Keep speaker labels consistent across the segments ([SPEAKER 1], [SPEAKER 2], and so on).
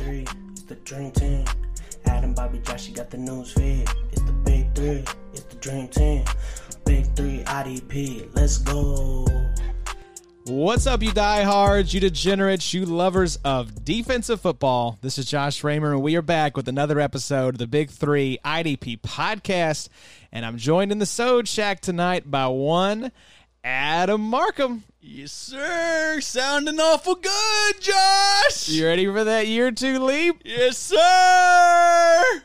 [SPEAKER 1] the dream team. Adam, Bobby, Josh, you got the news feed. It's the big three. It's the dream team. Big three IDP. Let's go.
[SPEAKER 2] What's up, you diehards, you degenerates, you lovers of defensive football? This is Josh Raymer, and we are back with another episode of the Big Three IDP podcast. And I'm joined in the Sode Shack tonight by one Adam Markham.
[SPEAKER 3] Yes, sir. Sounding awful good, Josh.
[SPEAKER 2] You ready for that year two leap?
[SPEAKER 3] Yes, sir.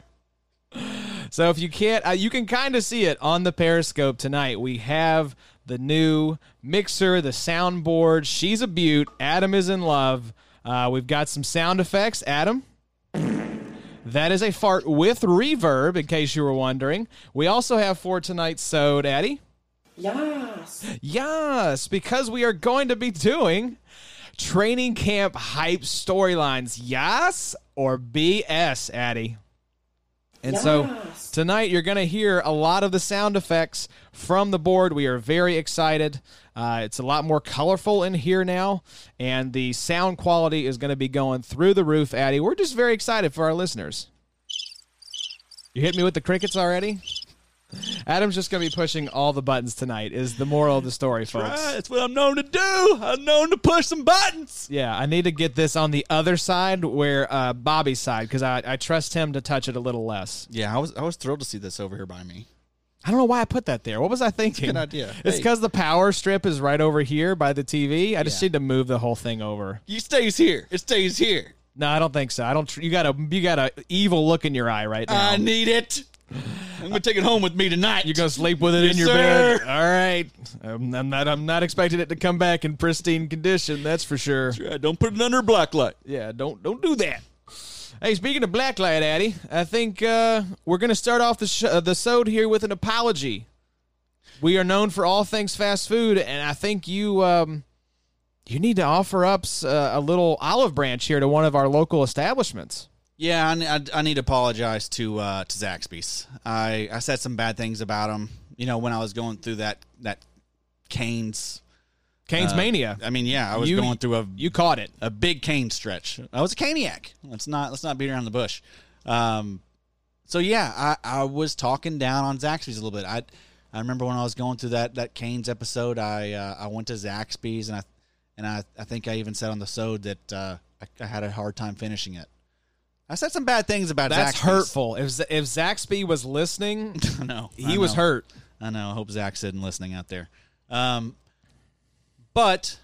[SPEAKER 2] So if you can't, uh, you can kind of see it on the Periscope tonight. We have the new mixer, the soundboard. She's a beaut. Adam is in love. Uh, we've got some sound effects. Adam. That is a fart with reverb, in case you were wondering. We also have for tonight's Sode, Addy.
[SPEAKER 1] Yes.
[SPEAKER 2] Yes, because we are going to be doing training camp hype storylines. Yes or BS, Addy. And so
[SPEAKER 1] Yes.
[SPEAKER 2] tonight you're going to hear a lot of the sound effects from the board. We are very excited. Uh, it's a lot more colorful in here now, and the sound quality is going to be going through the roof, Addy. We're just very excited for our listeners. You hit me with the crickets already? Adam's just going to be pushing all the buttons tonight, is the moral of the story, folks.
[SPEAKER 3] Right, that's what I'm known to do. I'm known to push some buttons.
[SPEAKER 2] Yeah, I need to get this on the other side where uh, Bobby's side because I, I trust him to touch it a little less.
[SPEAKER 3] Yeah, I was I was thrilled to see this over here by me.
[SPEAKER 2] I don't know why I put that there. What was I thinking?
[SPEAKER 3] good idea.
[SPEAKER 2] It's
[SPEAKER 3] Hey.
[SPEAKER 2] because the power strip is right over here by the TV. I just
[SPEAKER 3] Yeah.
[SPEAKER 2] need to move the whole thing over.
[SPEAKER 3] You stays here. It stays here.
[SPEAKER 2] No, I don't think so. I don't. Tr- you got a you got a evil look in your eye right now.
[SPEAKER 3] I need it. I'm gonna take it home with me tonight.
[SPEAKER 2] You're gonna sleep with it
[SPEAKER 3] Yes,
[SPEAKER 2] in your
[SPEAKER 3] sir.
[SPEAKER 2] bed. All right. I'm, I'm not. I'm not expecting it to come back in pristine condition. That's for sure.
[SPEAKER 3] Yeah, don't put it under a black light.
[SPEAKER 2] Yeah, don't don't do that. Hey, speaking of blacklight, Addy, I think uh, we're going to start off the sh- uh, the sode here with an apology. We are known for all things fast food, and I think you um, you need to offer up s- uh, a little olive branch here to one of our local establishments.
[SPEAKER 3] Yeah, I, ne- I, I need to apologize to uh, to Zaxby's. I, I said some bad things about him. You know, when I was going through that that Canes.
[SPEAKER 2] Canes
[SPEAKER 3] uh,
[SPEAKER 2] Mania,
[SPEAKER 3] I mean, yeah, I was
[SPEAKER 2] You-
[SPEAKER 3] going through a
[SPEAKER 2] you caught it.
[SPEAKER 3] a big cane stretch. I was a caniac. Let's not let's not beat around the bush. Um, so yeah, I, I was talking down on Zaxby's a little bit. I I remember when I was going through that that Canes episode, I uh, I went to Zaxby's and I and I, I think I even said on the sode that uh, I, I had a hard time finishing it. I said some bad things about
[SPEAKER 2] That's
[SPEAKER 3] Zaxby's.
[SPEAKER 2] hurtful. If Z- if Zaxby was listening,
[SPEAKER 3] I know
[SPEAKER 2] he
[SPEAKER 3] I
[SPEAKER 2] was
[SPEAKER 3] know.
[SPEAKER 2] hurt.
[SPEAKER 3] I know. I hope Zach's sitting listening out there. Um, but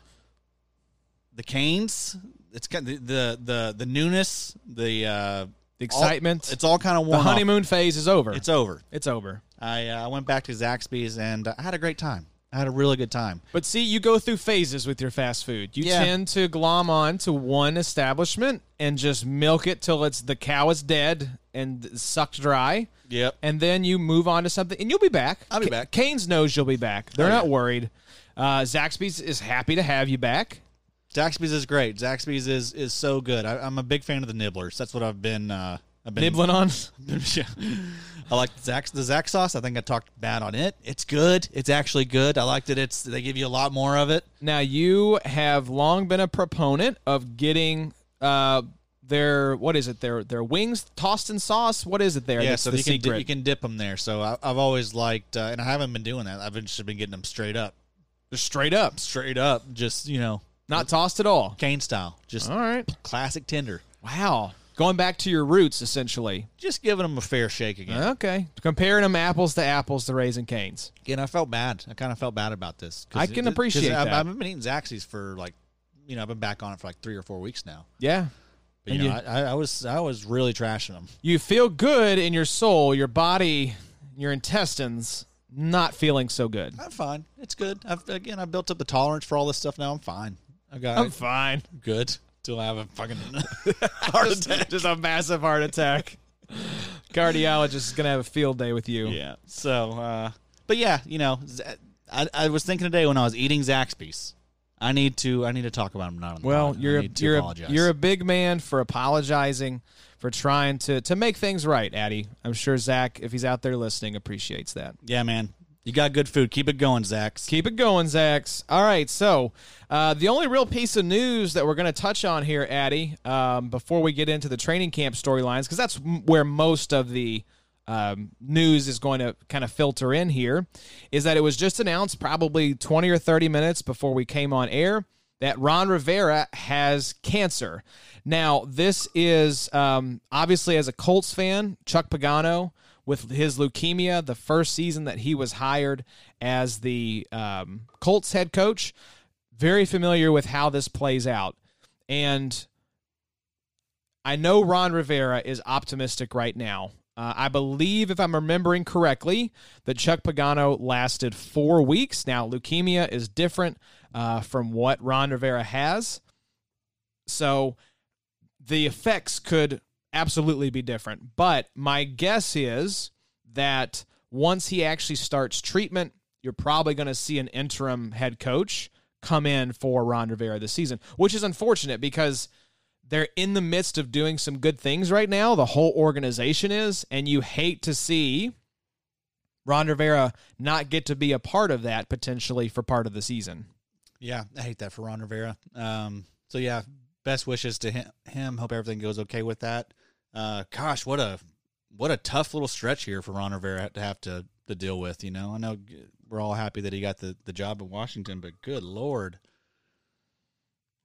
[SPEAKER 3] the Canes, it's kind of the the the newness, the uh,
[SPEAKER 2] The excitement.
[SPEAKER 3] all- it's all kind of
[SPEAKER 2] The
[SPEAKER 3] one
[SPEAKER 2] honeymoon phase is over.
[SPEAKER 3] Uh-huh. It's over.
[SPEAKER 2] it's over.
[SPEAKER 3] I uh, I went back to Zaxby's and I had a great time. I had a really good time.
[SPEAKER 2] But see, you go through phases with your fast food. You
[SPEAKER 3] Yeah.
[SPEAKER 2] tend to glom on to one establishment and just milk it till it's the cow is dead and sucked dry.
[SPEAKER 3] Yep.
[SPEAKER 2] And then you move on to something, and you'll be back.
[SPEAKER 3] I'll be back.
[SPEAKER 2] Canes knows you'll be back. They're
[SPEAKER 3] Oh,
[SPEAKER 2] not
[SPEAKER 3] yeah.
[SPEAKER 2] worried. Uh, Zaxby's is happy to have you back.
[SPEAKER 3] Zaxby's is great. Zaxby's is is so good. I, I'm a big fan of the nibblers. That's what I've been. Uh, I've been
[SPEAKER 2] Nibbling on.
[SPEAKER 3] yeah. I like Zach the Zach sauce. I think I talked bad on it. It's good. It's actually good. I liked it. It's they give you a lot more of it.
[SPEAKER 2] Now you have long been a proponent of getting uh, their what is it? Their their wings tossed in sauce. What is it there?
[SPEAKER 3] Yeah,
[SPEAKER 2] that's
[SPEAKER 3] so
[SPEAKER 2] the
[SPEAKER 3] you can,
[SPEAKER 2] secret.
[SPEAKER 3] di- you can dip them there. So I, I've always liked, uh, and I haven't been doing that. I've been, just been getting them straight up,
[SPEAKER 2] Just straight up,
[SPEAKER 3] straight up, just you know,
[SPEAKER 2] not tossed at all.
[SPEAKER 3] cane style, just
[SPEAKER 2] All right.
[SPEAKER 3] classic tender.
[SPEAKER 2] Wow. Going back to your roots, essentially.
[SPEAKER 3] Just giving them a fair shake again.
[SPEAKER 2] Okay. Comparing them apples to apples to Raisin Canes.
[SPEAKER 3] Again, I felt bad. I kind of felt bad about this. 'cause
[SPEAKER 2] I can
[SPEAKER 3] it- 'cause
[SPEAKER 2] appreciate
[SPEAKER 3] I've,
[SPEAKER 2] that.
[SPEAKER 3] I've been eating Zaxby's for like, you know, I've been back on it for like three or four weeks now.
[SPEAKER 2] Yeah.
[SPEAKER 3] But
[SPEAKER 2] And
[SPEAKER 3] you know,
[SPEAKER 2] you-
[SPEAKER 3] I, I was I was really trashing them.
[SPEAKER 2] You feel good in your soul, your body, your intestines not feeling so good.
[SPEAKER 3] I'm fine. It's good. I've again, I built up the tolerance for all this stuff. Now I'm fine. I got
[SPEAKER 2] I'm
[SPEAKER 3] it.
[SPEAKER 2] fine.
[SPEAKER 3] good till I have a fucking heart attack.
[SPEAKER 2] Just a massive heart attack. Cardiologist is going to have a field day with you.
[SPEAKER 3] Yeah. So, uh, but yeah, you know, Z- I, I was thinking today when I was eating Zaxby's, I need to I need to talk about him not on the
[SPEAKER 2] Well,
[SPEAKER 3] pod. I
[SPEAKER 2] you're a,
[SPEAKER 3] need to
[SPEAKER 2] you're a,
[SPEAKER 3] apologize.
[SPEAKER 2] you're a big man for apologizing, for trying to, to make things right, Addy. I'm sure Zach, if he's out there listening, appreciates that.
[SPEAKER 3] yeah, man. You got good food. Keep it going, Zach.
[SPEAKER 2] Keep it going, Zax. All right, so uh, the only real piece of news that we're going to touch on here, Addy, um, before we get into the training camp storylines, because that's m- where most of the um, news is going to kind of filter in here, is that it was just announced probably 20 or 30 minutes before we came on air that Ron Rivera has cancer. Now, this is um, obviously as a Colts fan, Chuck Pagano with his leukemia the first season that he was hired as the um, Colts head coach. Very familiar with how this plays out. And I know Ron Rivera is optimistic right now. Uh, I believe, if I'm remembering correctly, that Chuck Pagano lasted four weeks. Now, leukemia is different uh, from what Ron Rivera has. So the effects could absolutely be different. But my guess is that once he actually starts treatment, you're probably going to see an interim head coach come in for Ron Rivera this season, which is unfortunate because they're in the midst of doing some good things right now. The whole organization is, and you hate to see Ron Rivera not get to be a part of that potentially for part of the season.
[SPEAKER 3] Yeah, I hate that for Ron Rivera. Um, so yeah, best wishes to him. him. Hope everything goes okay with that. Uh, gosh, what a what a tough little stretch here for Ron Rivera to have to to deal with. You know, I know we're all happy that he got the the job in Washington, but good lord,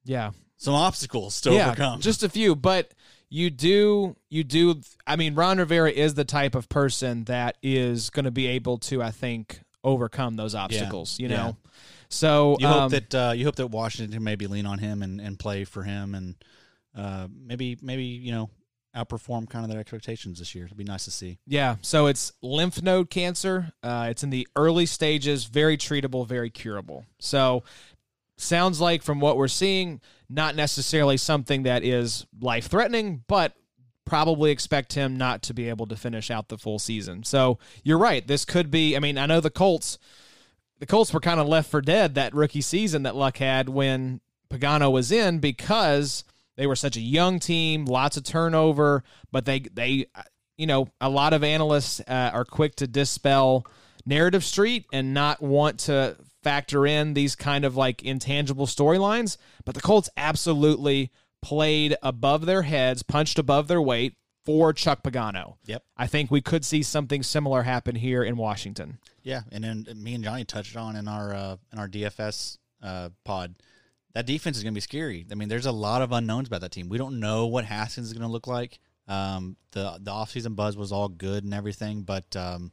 [SPEAKER 2] Yeah.
[SPEAKER 3] some obstacles to overcome.
[SPEAKER 2] Just a few, but you do you do I mean Ron Rivera is the type of person that is going to be able to I think overcome those obstacles, you know. So
[SPEAKER 3] you
[SPEAKER 2] um,
[SPEAKER 3] hope that uh, you hope that Washington can maybe lean on him and, and play for him, and uh, maybe maybe you know outperform kind of their expectations this year. It'd be nice to see.
[SPEAKER 2] yeah, so it's lymph node cancer. Uh, it's in the early stages, very treatable, very curable. So sounds like from what we're seeing, not necessarily something that is life threatening, but probably expect him not to be able to finish out the full season. So you're right. This could be, I mean, I know the Colts, the Colts were kind of left for dead that rookie season that Luck had when Pagano was in because they were such a young team, lots of turnover, but they, they, you know, a lot of analysts uh, are quick to dispel narrative street and not want to factor in these kind of like intangible storylines. But the Colts absolutely played above their heads, punched above their weight for Chuck Pagano.
[SPEAKER 3] Yep.
[SPEAKER 2] I think we could see something similar happen here in Washington.
[SPEAKER 3] Yeah, and then me and Johnny touched on in our uh, in our DFS uh, pod that defense is going to be scary. I mean, there's a lot of unknowns about that team. We don't know what Haskins is going to look like. Um, the the offseason buzz was all good and everything, but um,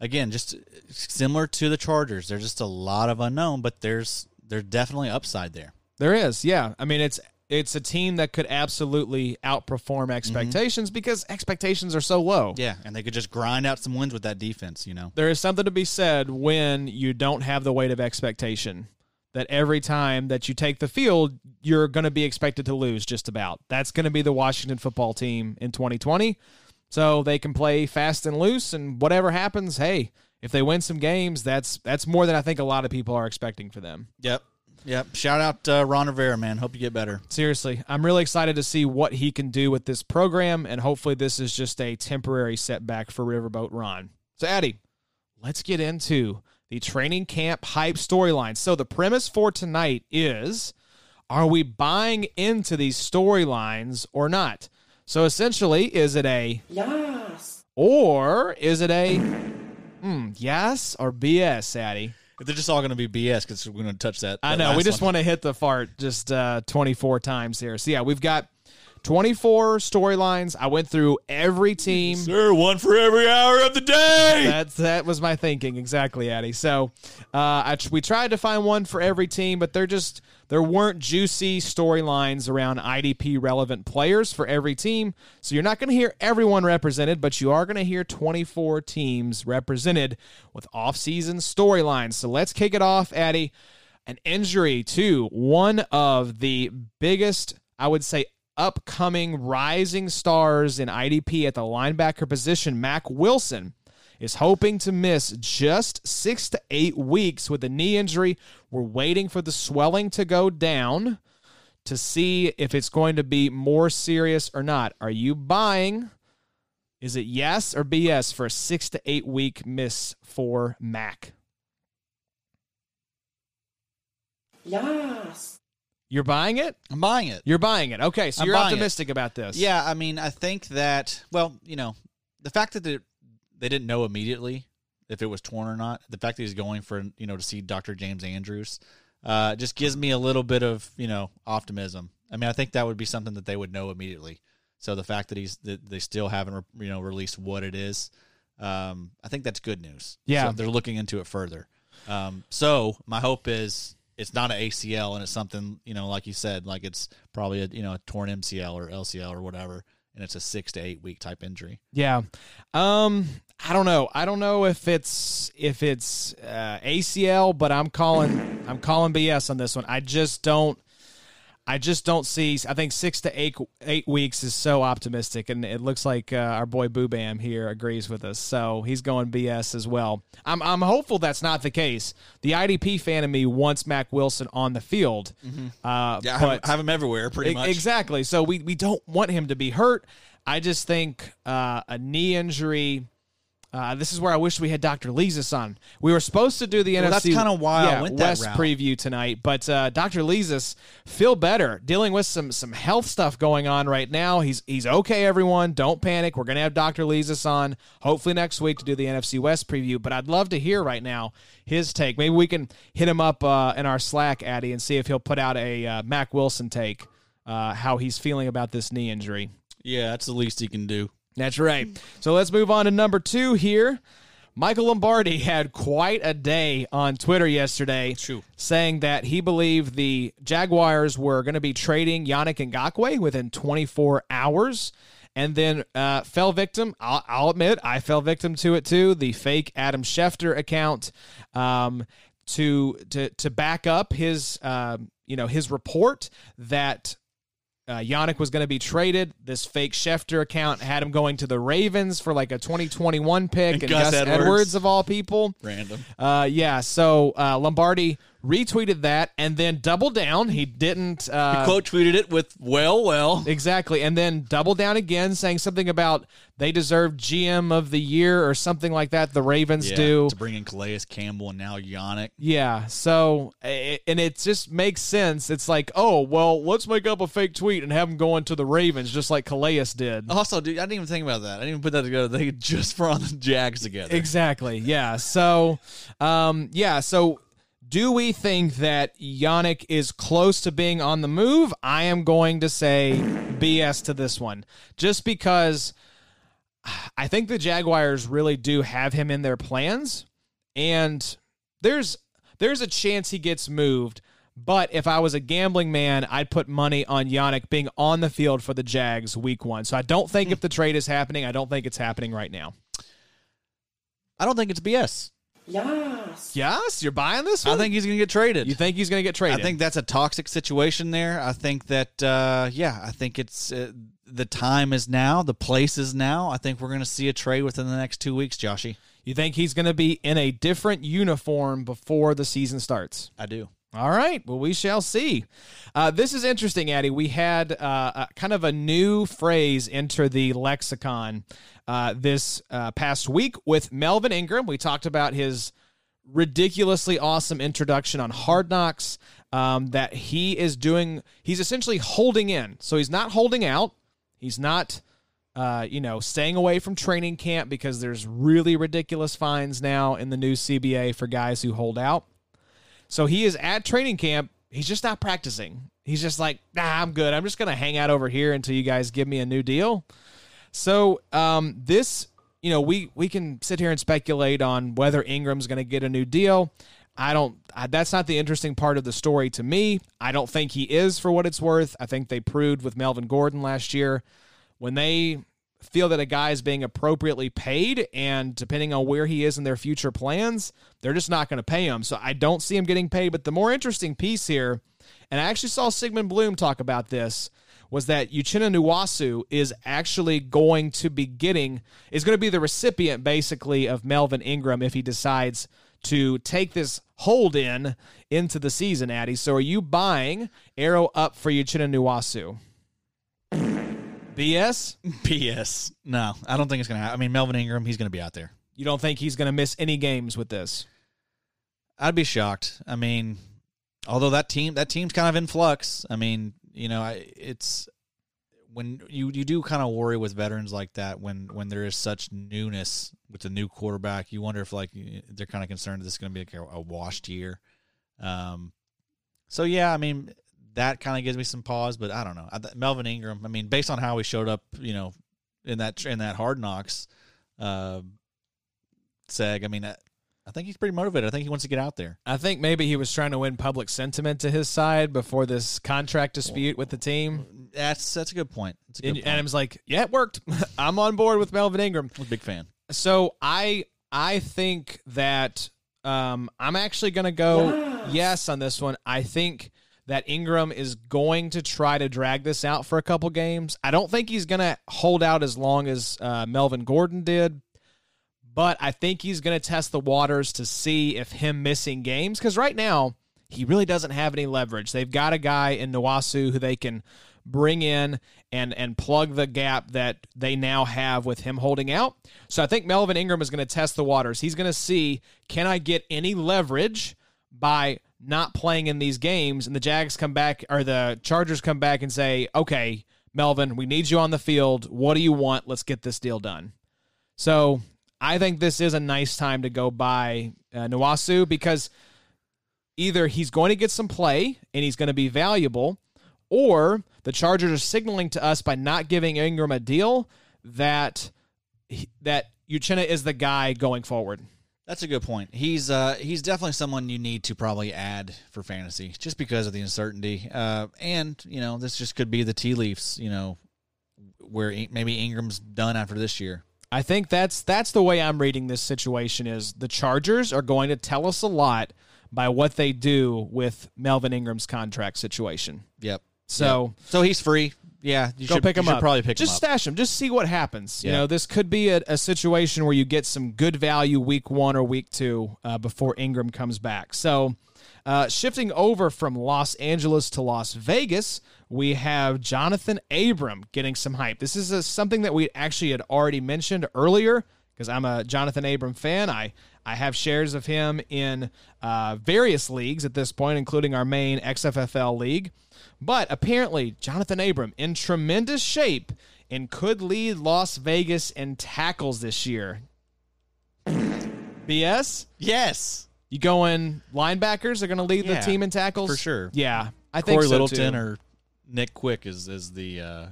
[SPEAKER 3] again, just uh, similar to the Chargers, there's just a lot of unknown. But there's there's definitely upside there.
[SPEAKER 2] There is, yeah. I mean, it's it's a team that could absolutely outperform expectations because expectations are so low.
[SPEAKER 3] Yeah, and they could just grind out some wins with that defense. You know,
[SPEAKER 2] There is something to be said when you don't have the weight of expectation. That every time that you take the field, you're going to be expected to lose just about. That's going to be the Washington football team in 2020. So they can play fast and loose, and whatever happens, hey, if they win some games, that's that's more than I think a lot of people are expecting for them.
[SPEAKER 3] yep, yep. Shout out uh, Ron Rivera, man. Hope you get better.
[SPEAKER 2] Seriously, I'm really excited to see what he can do with this program, and hopefully, this is just a temporary setback for Riverboat Ron. So, Addy, let's get into the training camp hype storyline. So, the premise for tonight is are we buying into these storylines or not? So, essentially, is it a
[SPEAKER 1] Yes.
[SPEAKER 2] or is it a hmm, yes or BS, Addy?
[SPEAKER 3] They're just all going to be BS because we're going to touch that.
[SPEAKER 2] I
[SPEAKER 3] that
[SPEAKER 2] know. We
[SPEAKER 3] last
[SPEAKER 2] just
[SPEAKER 3] one.
[SPEAKER 2] want to hit the fart just uh, 24 times here. So, yeah, we've got 24 storylines. I went through every team.
[SPEAKER 3] Sir, one for every hour of the day.
[SPEAKER 2] That's that was my thinking exactly, Addy. So, uh, I, tr- we tried to find one for every team, but there just there weren't juicy storylines around IDP relevant players for every team. So you're not going to hear everyone represented, but you are going to hear 24 teams represented with off-season storylines. So let's kick it off, Addy. An injury to one of the biggest, I would say, upcoming rising stars in IDP at the linebacker position, Mac Wilson is hoping to miss just six to eight weeks with a knee injury. We're waiting for the swelling to go down to see if it's going to be more serious or not. Are you buying Is it yes or BS for a six to eight week miss for Mac?
[SPEAKER 1] Yes.
[SPEAKER 2] You're buying it?
[SPEAKER 3] I'm buying it.
[SPEAKER 2] You're buying it. Okay, so
[SPEAKER 3] I'm
[SPEAKER 2] you're
[SPEAKER 3] buying it.
[SPEAKER 2] optimistic about this.
[SPEAKER 3] Yeah, I mean, I think that well, you know, the fact that they, they didn't know immediately if it was torn or not, the fact that he's going for you know to see Dr. James Andrews, uh, just gives me a little bit of you know optimism. I mean, I think that would be something that they would know immediately. So the fact that he's that they still haven't re- you know released what it is, um, I think that's good news.
[SPEAKER 2] Yeah.
[SPEAKER 3] So they're looking into it further. Um, so my hope is it's not an ACL and it's something you know, like you said, like it's probably a you know a torn MCL or LCL or whatever, and it's a six to eight week type injury.
[SPEAKER 2] Yeah. Um I don't know. I don't know if it's if it's uh, ACL, but I'm calling I'm calling BS on this one. I just don't I just don't see I think 6 to 8 8 weeks is so optimistic and it looks like uh, our boy Boo Bam here agrees with us. So he's going BS as well. I'm I'm hopeful that's not the case. The IDP fan in me wants Mac Wilson on the field. Uh
[SPEAKER 3] Mm-hmm. Yeah, I
[SPEAKER 2] but
[SPEAKER 3] have, I have him everywhere pretty
[SPEAKER 2] E-
[SPEAKER 3] much.
[SPEAKER 2] Exactly. So we, we don't want him to be hurt. I just think uh, a knee injury. Uh, this is where I wish we had Dr. Lezus on. We were supposed to do the
[SPEAKER 3] Well,
[SPEAKER 2] NFC.
[SPEAKER 3] that's kinda why I
[SPEAKER 2] yeah,
[SPEAKER 3] went that
[SPEAKER 2] West
[SPEAKER 3] route.
[SPEAKER 2] preview tonight, but uh, Dr. Lezus feel better dealing with some some health stuff going on right now. He's he's okay. Everyone, don't panic. We're gonna have Dr. Lezus on hopefully next week to do the NFC West preview. But I'd love to hear right now his take. Maybe we can hit him up uh, in our Slack, Addy, and see if he'll put out a uh, Mac Wilson take. Uh, how he's feeling about this knee injury.
[SPEAKER 3] Yeah, that's the least he can do.
[SPEAKER 2] That's right. So let's move on to number two here. Michael Lombardi had quite a day on Twitter yesterday
[SPEAKER 3] True.
[SPEAKER 2] saying that he believed the Jaguars were going to be trading Yannick Ngakwe within 24 hours and then uh, fell victim. I'll, I'll admit, I fell victim to it too. The fake Adam Schefter account um, to, to, to back up his, um, you know, his report that uh, Yannick was going to be traded. This fake Schefter account had him going to the Ravens for like a 2021 pick and, Gus, Edwards. of all people.
[SPEAKER 3] Random.
[SPEAKER 2] Uh, yeah, so uh, Lombardi retweeted that and then doubled down. He didn't. Uh,
[SPEAKER 3] Quote tweeted it with well, well.
[SPEAKER 2] Exactly. And then double down again, saying something about they deserve GM of the year or something like that. The Ravens
[SPEAKER 3] Yeah,
[SPEAKER 2] do.
[SPEAKER 3] to bring in Calais Campbell and now Yannick.
[SPEAKER 2] Yeah. So, a- and it just makes sense. It's like, oh, well, let's make up a fake tweet and have them going to the Ravens, just like Calais did.
[SPEAKER 3] Also, dude, I didn't even think about that. I didn't even put that together. They just were on the Jags together.
[SPEAKER 2] Exactly. Yeah. So, um, yeah. So, do we think that Yannick is close to being on the move? I am going to say BS to this one, just because I think the Jaguars really do have him in their plans, and there's there's a chance he gets moved. But if I was a gambling man, I'd put money on Yannick being on the field for the Jags week one. So I don't think if the trade is happening, I don't think it's happening right now.
[SPEAKER 3] I don't think it's BS.
[SPEAKER 1] Yes.
[SPEAKER 2] Yes, you're buying this one.
[SPEAKER 3] I think he's going to get traded.
[SPEAKER 2] you think he's going to get traded.
[SPEAKER 3] I think that's a toxic situation there. I think that, uh, yeah, I think it's uh, the time is now, the place is now. I think we're going to see a trade within the next two weeks, Joshy.
[SPEAKER 2] you think he's going to be in a different uniform before the season starts.
[SPEAKER 3] I do.
[SPEAKER 2] All right. Well, we shall see. Uh, this is interesting, Addy. We had uh, a, kind of a new phrase enter the lexicon uh, this uh, past week with Melvin Ingram. We talked about his ridiculously awesome introduction on Hard Knocks um, that he is doing. He's essentially holding in. So he's not holding out. He's not uh, you know, staying away from training camp because there's really ridiculous fines now in the new CBA for guys who hold out. So he is at training camp. He's just not practicing. He's just like, nah, I'm good. I'm just going to hang out over here until you guys give me a new deal. So um, this, you know, we we can sit here and speculate on whether Ingram's going to get a new deal. I don't. I, that's not the interesting part of the story to me. I don't think he is for what it's worth. I think they proved with Melvin Gordon last year when they feel that a guy is being appropriately paid and depending on where he is in their future plans, they're just not going to pay him. So I don't see him getting paid. But the more interesting piece here, and I actually saw Sigmund Bloom talk about this, was that Uchenna Nuwasu is actually going to be getting, is going to be the recipient basically of Melvin Ingram if he decides to take this hold in into the season, Addy. So are you buying arrow up for Uchenna Nuwasu? BS?
[SPEAKER 3] BS. No, I don't think it's gonna happen. I mean, Melvin Ingram, he's gonna be out there.
[SPEAKER 2] You don't think he's going to miss any games with this?
[SPEAKER 3] I'd be shocked. I mean, although that team that team's kind of in flux. I mean, you know, I, it's when you you do kind of worry with veterans like that when when there is such newness with the new quarterback. You wonder if like they're kind of concerned this is going to be like a, a washed year. Um, so yeah, I mean that kind of gives me some pause, but I don't know. I, th- Melvin Ingram. I mean, based on how he showed up, you know, in that in that Hard Knocks uh, seg, I mean. uh, I, I think he's pretty motivated. I think he wants to get out there.
[SPEAKER 2] I think maybe he was trying to win public sentiment to his side before this contract dispute with the team.
[SPEAKER 3] That's that's a good point. That's a good
[SPEAKER 2] And
[SPEAKER 3] point.
[SPEAKER 2] Adam's like, "Yeah, it worked. I'm on board with Melvin Ingram."
[SPEAKER 3] I'm a big fan.
[SPEAKER 2] So I I think that um, I'm actually going to go yes. on this one. I think that Ingram is going to try to drag this out for a couple games. I don't think he's going to hold out as long as uh, Melvin Gordon did, but I think he's going to test the waters to see if him missing games because right now he really doesn't have any leverage. They've got a guy in Nawasu who they can bring in and and plug the gap that they now have with him holding out. So I think Melvin Ingram is going to test the waters. He's going to see can I get any leverage by not playing in these games and the Jags come back or the Chargers come back and say, "Okay, Melvin, we need you on the field. What do you want? Let's get this deal done." So I think this is a nice time to go by uh, Nwasu because either he's going to get some play and he's going to be valuable, or the Chargers are signaling to us by not giving Ingram a deal that he- that Uchenna is the guy going forward.
[SPEAKER 3] That's a good point. He's uh he's definitely someone you need to probably add for fantasy just because of the uncertainty. Uh, and you know this just could be the tea leaves. You know, where In- maybe Ingram's done after this year.
[SPEAKER 2] I think that's that's the way I'm reading this situation is the Chargers are going to tell us a lot by what they do with Melvin Ingram's contract situation.
[SPEAKER 3] Yep.
[SPEAKER 2] So
[SPEAKER 3] Yep. so he's free. Yeah, you
[SPEAKER 2] go
[SPEAKER 3] should
[SPEAKER 2] pick
[SPEAKER 3] you
[SPEAKER 2] him
[SPEAKER 3] should
[SPEAKER 2] up.
[SPEAKER 3] Probably pick
[SPEAKER 2] just
[SPEAKER 3] him up.
[SPEAKER 2] stash him. Just see what happens. You
[SPEAKER 3] Yeah.
[SPEAKER 2] know, this could be a, a situation where you get some good value week one or week two uh, before Ingram comes back. So, uh, shifting over from Los Angeles to Las Vegas, we have Jonathan Abram getting some hype. This is a, something that we actually had already mentioned earlier because I'm a Jonathan Abram fan. I I have shares of him in uh, various leagues at this point, including our main XFFL league. But apparently, Jonathan Abram in tremendous shape and could lead Las Vegas in tackles this year. BS,
[SPEAKER 3] yes.
[SPEAKER 2] you going linebackers are going to lead the
[SPEAKER 3] Yeah,
[SPEAKER 2] team in tackles
[SPEAKER 3] for sure.
[SPEAKER 2] Yeah, I think
[SPEAKER 3] Corey
[SPEAKER 2] so
[SPEAKER 3] Littleton
[SPEAKER 2] too.
[SPEAKER 3] or Nick Quick is is the uh,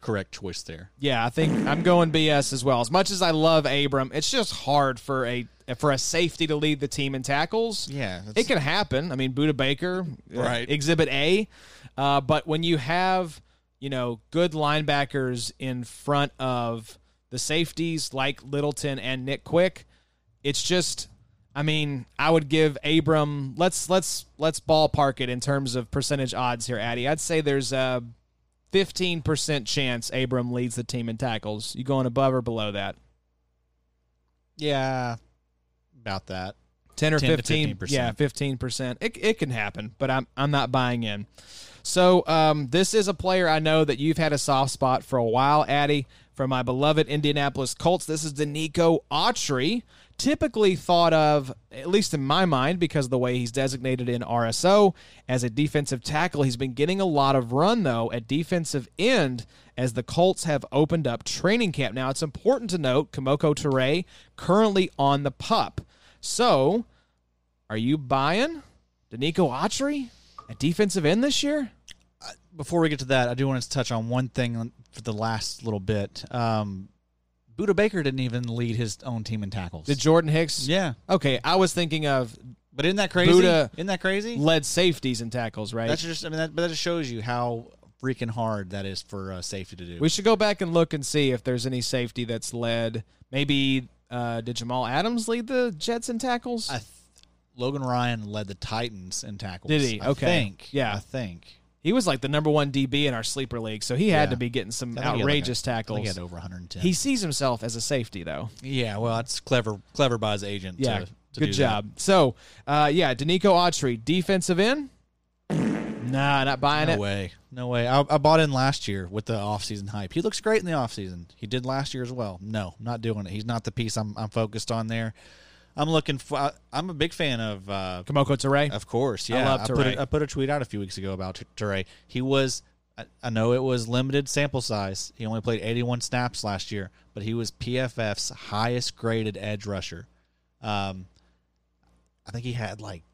[SPEAKER 3] correct choice there.
[SPEAKER 2] Yeah, I think I'm going BS as well. As much as I love Abram, it's just hard for a for a safety to lead the team in tackles.
[SPEAKER 3] Yeah.
[SPEAKER 2] It can happen. I mean, Buda Baker, uh,
[SPEAKER 3] Right.
[SPEAKER 2] Exhibit A. Uh, but when you have, you know, good linebackers in front of the safeties like Littleton and Nick Quick, it's just. I mean, I would give Abram. Let's let's let's ballpark it in terms of percentage odds here, Addy. I'd say there's a fifteen percent chance Abram leads the team in tackles. You going above or below that?
[SPEAKER 3] yeah. About that.
[SPEAKER 2] 10 or
[SPEAKER 3] 10 to
[SPEAKER 2] 15
[SPEAKER 3] 15%.
[SPEAKER 2] yeah 15% it, it can happen but i'm i'm not buying in so um, this is a player i know that you've had a soft spot for a while addy from my beloved indianapolis colts this is danico autry typically thought of at least in my mind because of the way he's designated in rso as a defensive tackle he's been getting a lot of run though at defensive end as the Colts have opened up training camp. Now, it's important to note Kamoko Ture currently on the pup. So, are you buying Danico Autry at defensive end this year?
[SPEAKER 3] before we get to that, I do want to touch on one thing on- for the last little bit. Um, Buda Baker didn't even lead his own team in tackles.
[SPEAKER 2] Did Jordan Hicks?
[SPEAKER 3] yeah,
[SPEAKER 2] Okay, I was thinking of
[SPEAKER 3] but isn't that crazy?
[SPEAKER 2] Buda-
[SPEAKER 3] isn't that crazy?
[SPEAKER 2] led safeties and tackles, right?
[SPEAKER 3] That's just. I mean, that, but that just shows you how freaking hard that is for uh, safety to do.
[SPEAKER 2] we should go back and look and see if there's any safety that's led. Maybe uh, did Jamal Adams lead the Jets in tackles?
[SPEAKER 3] I th- Logan Ryan led the Titans in tackles.
[SPEAKER 2] Did he?
[SPEAKER 3] I
[SPEAKER 2] Okay.
[SPEAKER 3] Think,
[SPEAKER 2] Yeah.
[SPEAKER 3] I think.
[SPEAKER 2] he was like the number one DB in our sleeper league, so he had
[SPEAKER 3] Yeah.
[SPEAKER 2] to be getting some
[SPEAKER 3] I think he had like
[SPEAKER 2] outrageous
[SPEAKER 3] a- I think
[SPEAKER 2] tackles.
[SPEAKER 3] He had over 110.
[SPEAKER 2] he sees himself as a safety, though.
[SPEAKER 3] yeah. Well, that's clever. Clever by his agent.
[SPEAKER 2] Yeah,
[SPEAKER 3] To, to do
[SPEAKER 2] good
[SPEAKER 3] that.
[SPEAKER 2] job. So, uh, yeah, Danico Autry, defensive end. Nah, not buying
[SPEAKER 3] No
[SPEAKER 2] it.
[SPEAKER 3] way. No way. I, I bought in last year with the off-season hype. He looks great in the off-season. He did last year as well. No, not doing it. He's not the piece I'm, I'm focused on there. I'm looking for. I, I'm a big fan of. Uh,
[SPEAKER 2] Kamoko Ture.
[SPEAKER 3] of course, yeah.
[SPEAKER 2] love
[SPEAKER 3] put
[SPEAKER 2] Turay.
[SPEAKER 3] a, I put a tweet out a few weeks ago about Ture. He was. I, I know it was limited sample size. He only played 81 snaps last year, but he was PFF's highest graded edge rusher. Um, I think he had like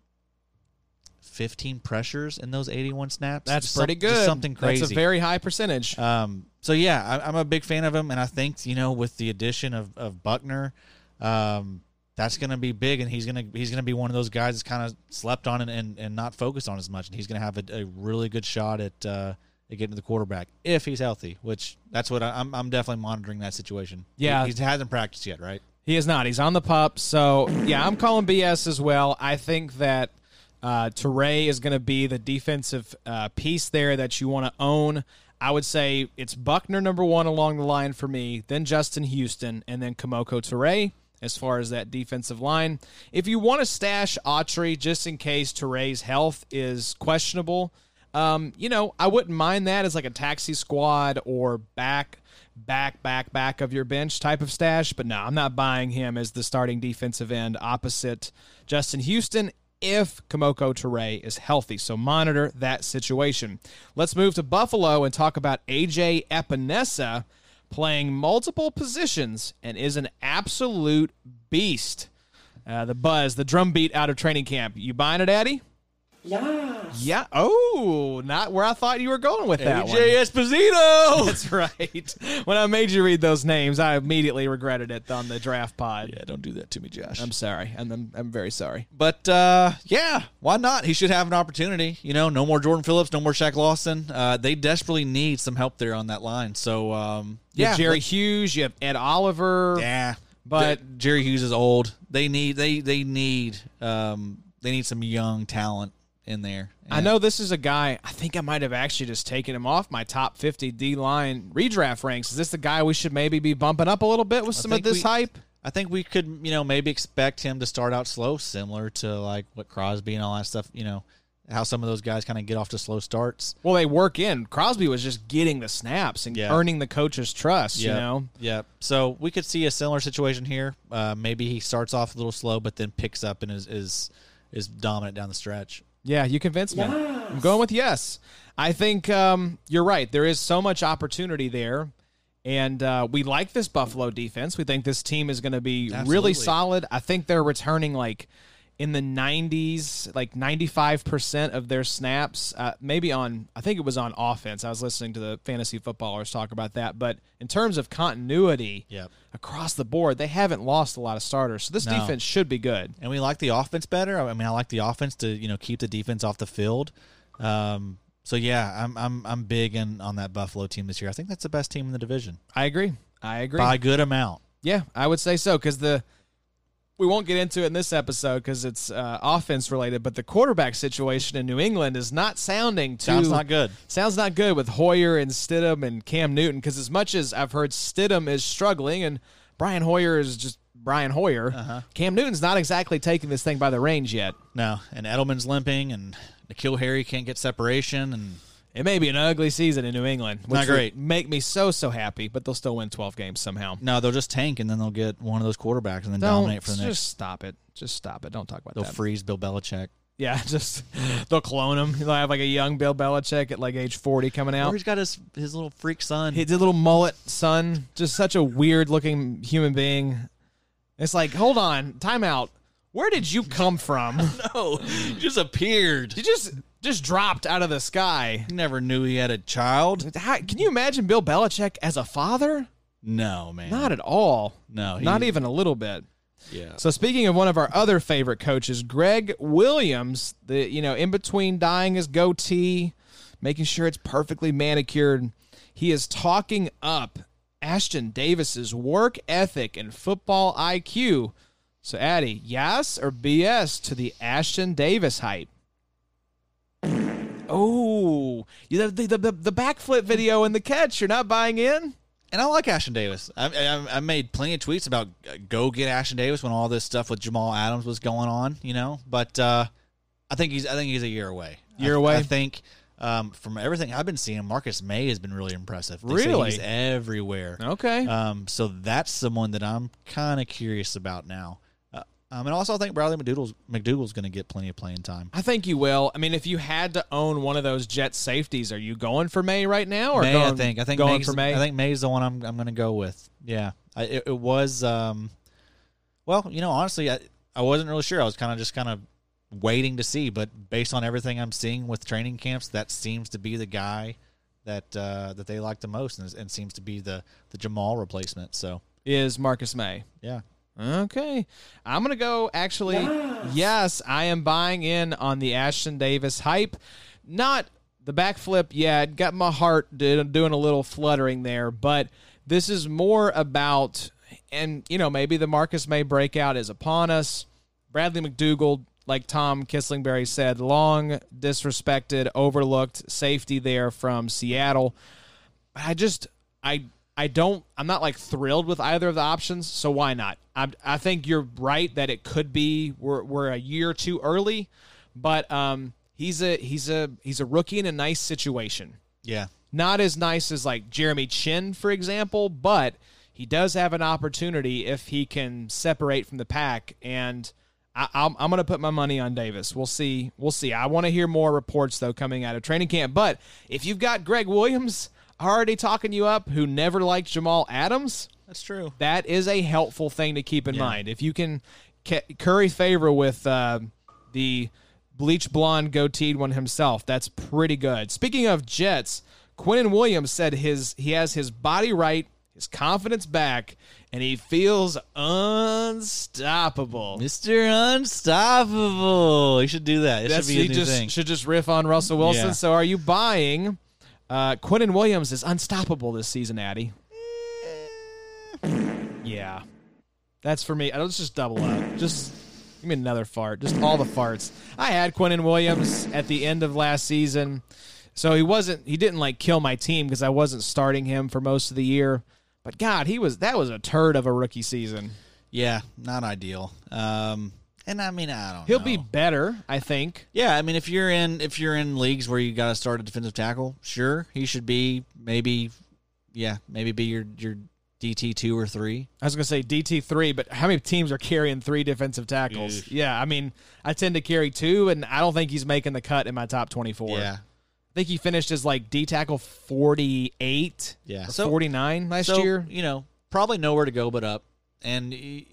[SPEAKER 3] 15 pressures in those 81 snaps.
[SPEAKER 2] That's
[SPEAKER 3] Just some-
[SPEAKER 2] pretty
[SPEAKER 3] just
[SPEAKER 2] good.
[SPEAKER 3] something crazy.
[SPEAKER 2] That's a very high percentage.
[SPEAKER 3] Um, so yeah, I, I'm a big fan of him, and I think you know with the addition of of Buckner, um, that's going to be big, and he's gonna he's gonna be one of those guys that's kind of slept on and, and and not focused on as much, and he's going to have a, a really good shot at uh, at getting to the quarterback if he's healthy, which that's what I, I'm I'm definitely monitoring that situation.
[SPEAKER 2] Yeah.
[SPEAKER 3] he, he hasn't practiced yet, right?
[SPEAKER 2] He is not. He's on the pup. So yeah, I'm calling BS as well. I think that uh, Teray is going to be the defensive uh, piece there that you want to own. I would say it's Buckner number one along the line for me, then Justin Houston, and then Kamoko Teray as far as that defensive line. If you want to stash Autry just in case Teray's health is questionable, um, you know, I wouldn't mind that as like a taxi squad or back, back, back, back of your bench type of stash. But no, I'm not buying him as the starting defensive end opposite Justin Houston if Kamoko Ture is healthy. So monitor that situation. Let's move to Buffalo and talk about AJ Epinesa playing multiple positions and is an absolute beast. Uh, the buzz, the drumbeat out of training camp. You buying it, Addy?
[SPEAKER 1] Yeah.
[SPEAKER 2] Yeah. Oh, not where I thought you were going with that one.
[SPEAKER 3] Esposito.
[SPEAKER 2] That's right. When I made you read those names, I immediately regretted it on the draft pod.
[SPEAKER 3] yeah, don't do that to me, Josh.
[SPEAKER 2] I'm sorry, and I'm, I'm very sorry.
[SPEAKER 3] But uh, yeah, why not? He should have an opportunity. You know, no more Jordan Phillips, no more Shaq Lawson. Uh, they desperately need some help there on that line. So um,
[SPEAKER 2] You
[SPEAKER 3] yeah,
[SPEAKER 2] have Jerry Hughes, you have Ed Oliver.
[SPEAKER 3] Yeah,
[SPEAKER 2] But-
[SPEAKER 3] Jer- Jerry Hughes is old. They need they they need um, they need some young talent in there.
[SPEAKER 2] I know this is a guy. I think I might have actually just taken him off my top 50 D line redraft ranks. Is this the guy we should maybe be bumping up a little bit with some of
[SPEAKER 3] think
[SPEAKER 2] this
[SPEAKER 3] we-
[SPEAKER 2] hype?
[SPEAKER 3] I think we could you know maybe expect him to start out slow, similar to like what Crosby and all that stuff. You know, how some of those guys kind of get off to slow starts.
[SPEAKER 2] Well, they work in. Crosby was just getting the snaps and
[SPEAKER 3] Yeah.
[SPEAKER 2] earning the coach's trust. You know,
[SPEAKER 3] Yeah. So we could see a similar situation here. Uh, maybe he starts off a little slow, but then picks up and is is, is dominant down the stretch.
[SPEAKER 2] Yeah, you convinced me. I'm going with yes. I think um, you're right. There is so much opportunity there. And uh, we like this Buffalo defense. We think this team is going to be really
[SPEAKER 3] Absolutely.
[SPEAKER 2] solid. I think they're returning like in the 90s, like 95% of their snaps. Uh, maybe on, I think it was on offense. I was listening to the fantasy footballers talk about that. But in terms of continuity
[SPEAKER 3] Yep.
[SPEAKER 2] across the board, they haven't lost a lot of starters. So this
[SPEAKER 3] No.
[SPEAKER 2] defense should be good.
[SPEAKER 3] And we like the offense better. I mean, I like the offense to you know keep the defense off the field. Um, so yeah, I'm I'm I'm big in on that Buffalo team this year. I think that's the best team in the division
[SPEAKER 2] I agree. I agree.
[SPEAKER 3] by a good amount.
[SPEAKER 2] Yeah, I would say so because the we won't get into it in this episode because it's uh, offense related, but the quarterback situation in New England is not sounding too
[SPEAKER 3] Sounds not good.
[SPEAKER 2] Sounds not good with Hoyer and Stidham and Cam Newton because as much as I've heard Stidham is struggling and Brian Hoyer is just Brian Hoyer,
[SPEAKER 3] Uh-huh.
[SPEAKER 2] Cam Newton's not exactly taking this thing by the reins yet.
[SPEAKER 3] No, and Edelman's limping, and Nikhil Harry can't get separation, and
[SPEAKER 2] It may be an ugly season in New England, which
[SPEAKER 3] Not great.
[SPEAKER 2] would make me so so happy, but they'll still win twelve games somehow.
[SPEAKER 3] no, they'll just tank, and then they'll get one of those quarterbacks, and then
[SPEAKER 2] Don't
[SPEAKER 3] dominate for the next.
[SPEAKER 2] just stop it. Just stop it. Don't talk about
[SPEAKER 3] They'll
[SPEAKER 2] that.
[SPEAKER 3] freeze Bill Belichick.
[SPEAKER 2] Yeah, just they'll clone him. They'll have like a young Bill Belichick at like age forty coming
[SPEAKER 3] Or
[SPEAKER 2] out.
[SPEAKER 3] he's got his his little freak son.
[SPEAKER 2] He did a little mullet son, just such a weird looking human being. It's like, hold on, timeout. Where did you come from?
[SPEAKER 3] no, he just appeared.
[SPEAKER 2] you just just dropped out of the sky.
[SPEAKER 3] You never knew he had a child.
[SPEAKER 2] How- can you imagine Bill Belichick as a father?
[SPEAKER 3] No, man.
[SPEAKER 2] Not at all.
[SPEAKER 3] No, he-
[SPEAKER 2] not even a little bit.
[SPEAKER 3] yeah.
[SPEAKER 2] So speaking of one of our other favorite coaches, Greg Williams, the you know in between dyeing his goatee, making sure it's perfectly manicured, he is talking up Ashton Davis's work ethic and football IQ. So Addy, yes or BS to the Ashton Davis hype? Oh, you the the, the, the backflip video and the catch. You're not buying in.
[SPEAKER 3] And I like Ashton Davis. I, I, I made plenty of tweets about uh, go get Ashton Davis when all this stuff with Jamal Adams was going on, you know. But uh, I I think he's I think he's a year away.
[SPEAKER 2] Year
[SPEAKER 3] I-
[SPEAKER 2] away?
[SPEAKER 3] I think um, from everything I've been seeing, Marcus May has been really impressive. They say
[SPEAKER 2] Really?
[SPEAKER 3] he's everywhere.
[SPEAKER 2] Okay.
[SPEAKER 3] Um, so that's someone that I'm kind of curious about now. Uh, um, and also I think Bradley McDougal's McDougal's going to get plenty of playing time.
[SPEAKER 2] I think you will. I mean, if you had to own one of those jet safeties, are you going for May right now, or
[SPEAKER 3] May,
[SPEAKER 2] going,
[SPEAKER 3] I think. I think
[SPEAKER 2] going
[SPEAKER 3] May's,
[SPEAKER 2] for May?
[SPEAKER 3] I think May's the one I'm I'm going to go with. Yeah. I, it, it was. Um, well, you know, honestly, I I wasn't really sure. I was kind of just kind of waiting to see, but based on everything I'm seeing with training camps, that seems to be the guy that uh, that they like the most, and, is- and seems to be the the Jamal replacement. So
[SPEAKER 2] is Marcus May.
[SPEAKER 3] yeah.
[SPEAKER 2] Okay. I'm going to go actually. Yes, I am buying in on the Ashton Davis hype. Not the backflip yet. Got my heart did- doing a little fluttering there, but this is more about, and, you know, maybe the Marcus May breakout is upon us. Bradley McDougal, like Tom Kisslingberry said, long disrespected, overlooked safety there from Seattle. But I just I I don't I'm not like thrilled with either of the options, so why not? I I think you're right that it could be we're we're a year too early, but um he's a he's a he's a rookie in a nice situation.
[SPEAKER 3] Yeah.
[SPEAKER 2] Not as nice as like Jeremy Chin, for example, but he does have an opportunity if he can separate from the pack and I, I'm, I'm going to put my money on Davis. We'll see. We'll see. I want to hear more reports though coming out of training camp. But if you've got Greg Williams already talking you up, who never liked Jamal Adams,
[SPEAKER 3] That's true.
[SPEAKER 2] that is a helpful thing to keep in mind. If you can ca- curry favor with uh, the bleach blonde goateed one himself, that's pretty good. Speaking of Jets, Quinnen Williams said his he has his body right, his confidence back, and he feels unstoppable.
[SPEAKER 3] Mr. Unstoppable. You should do that. It
[SPEAKER 2] That's
[SPEAKER 3] should be a
[SPEAKER 2] he
[SPEAKER 3] new
[SPEAKER 2] just
[SPEAKER 3] thing.
[SPEAKER 2] should just riff on Russell Wilson.
[SPEAKER 3] Yeah.
[SPEAKER 2] So are you buying? Uh, Quinnen Williams is unstoppable this season, Addy. yeah, that's for me. Uh, Let's just double up. Just give me another fart. Just all the farts. I had Quinnen Williams at the end of last season, so he wasn't. He didn't like kill my team because I wasn't starting him for most of the year. But God, he was. That was a turd of a rookie season.
[SPEAKER 3] yeah. Not ideal. Um, and I mean, I don't
[SPEAKER 2] He'll
[SPEAKER 3] know.
[SPEAKER 2] be better, I think.
[SPEAKER 3] Yeah, I mean, if you're in if you're in leagues where you got to start a defensive tackle, sure, he should be maybe, yeah, maybe be your your DT two or three.
[SPEAKER 2] I was gonna say DT three, but how many teams are carrying three defensive tackles?
[SPEAKER 3] Eesh.
[SPEAKER 2] Yeah, I mean, I tend to carry two, and I don't think he's making the cut in my top twenty-four. I think he finished as like D tackle forty-eight,
[SPEAKER 3] Yeah.
[SPEAKER 2] or
[SPEAKER 3] So-
[SPEAKER 2] forty-nine last
[SPEAKER 3] so
[SPEAKER 2] year.
[SPEAKER 3] you know probably nowhere to go but up. And y-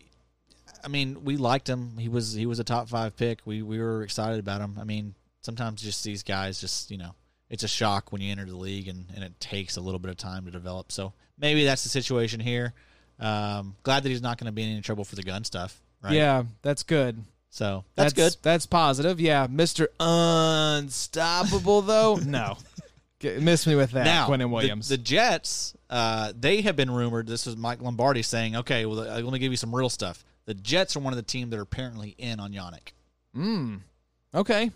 [SPEAKER 3] I mean, we liked him. He was he was a top five pick. We we were excited about him. I mean, sometimes just these guys just you know it's a shock when you enter the league and and it takes a little bit of time to develop. So maybe that's the situation here. Um, glad that he's not going to be in any trouble for the gun stuff. Right.
[SPEAKER 2] Yeah, that's good.
[SPEAKER 3] So that's, good.
[SPEAKER 2] That's positive. Yeah, Mister Unstoppable though. no, G- miss me with that,
[SPEAKER 3] Now,
[SPEAKER 2] Quentin
[SPEAKER 3] the-
[SPEAKER 2] Williams.
[SPEAKER 3] The, Jets, uh, they have been rumored. This was Mike Lombardi saying, okay, well, I'm going to give you some real stuff. The Jets are one of the team that are apparently in on Yannick.
[SPEAKER 2] okay,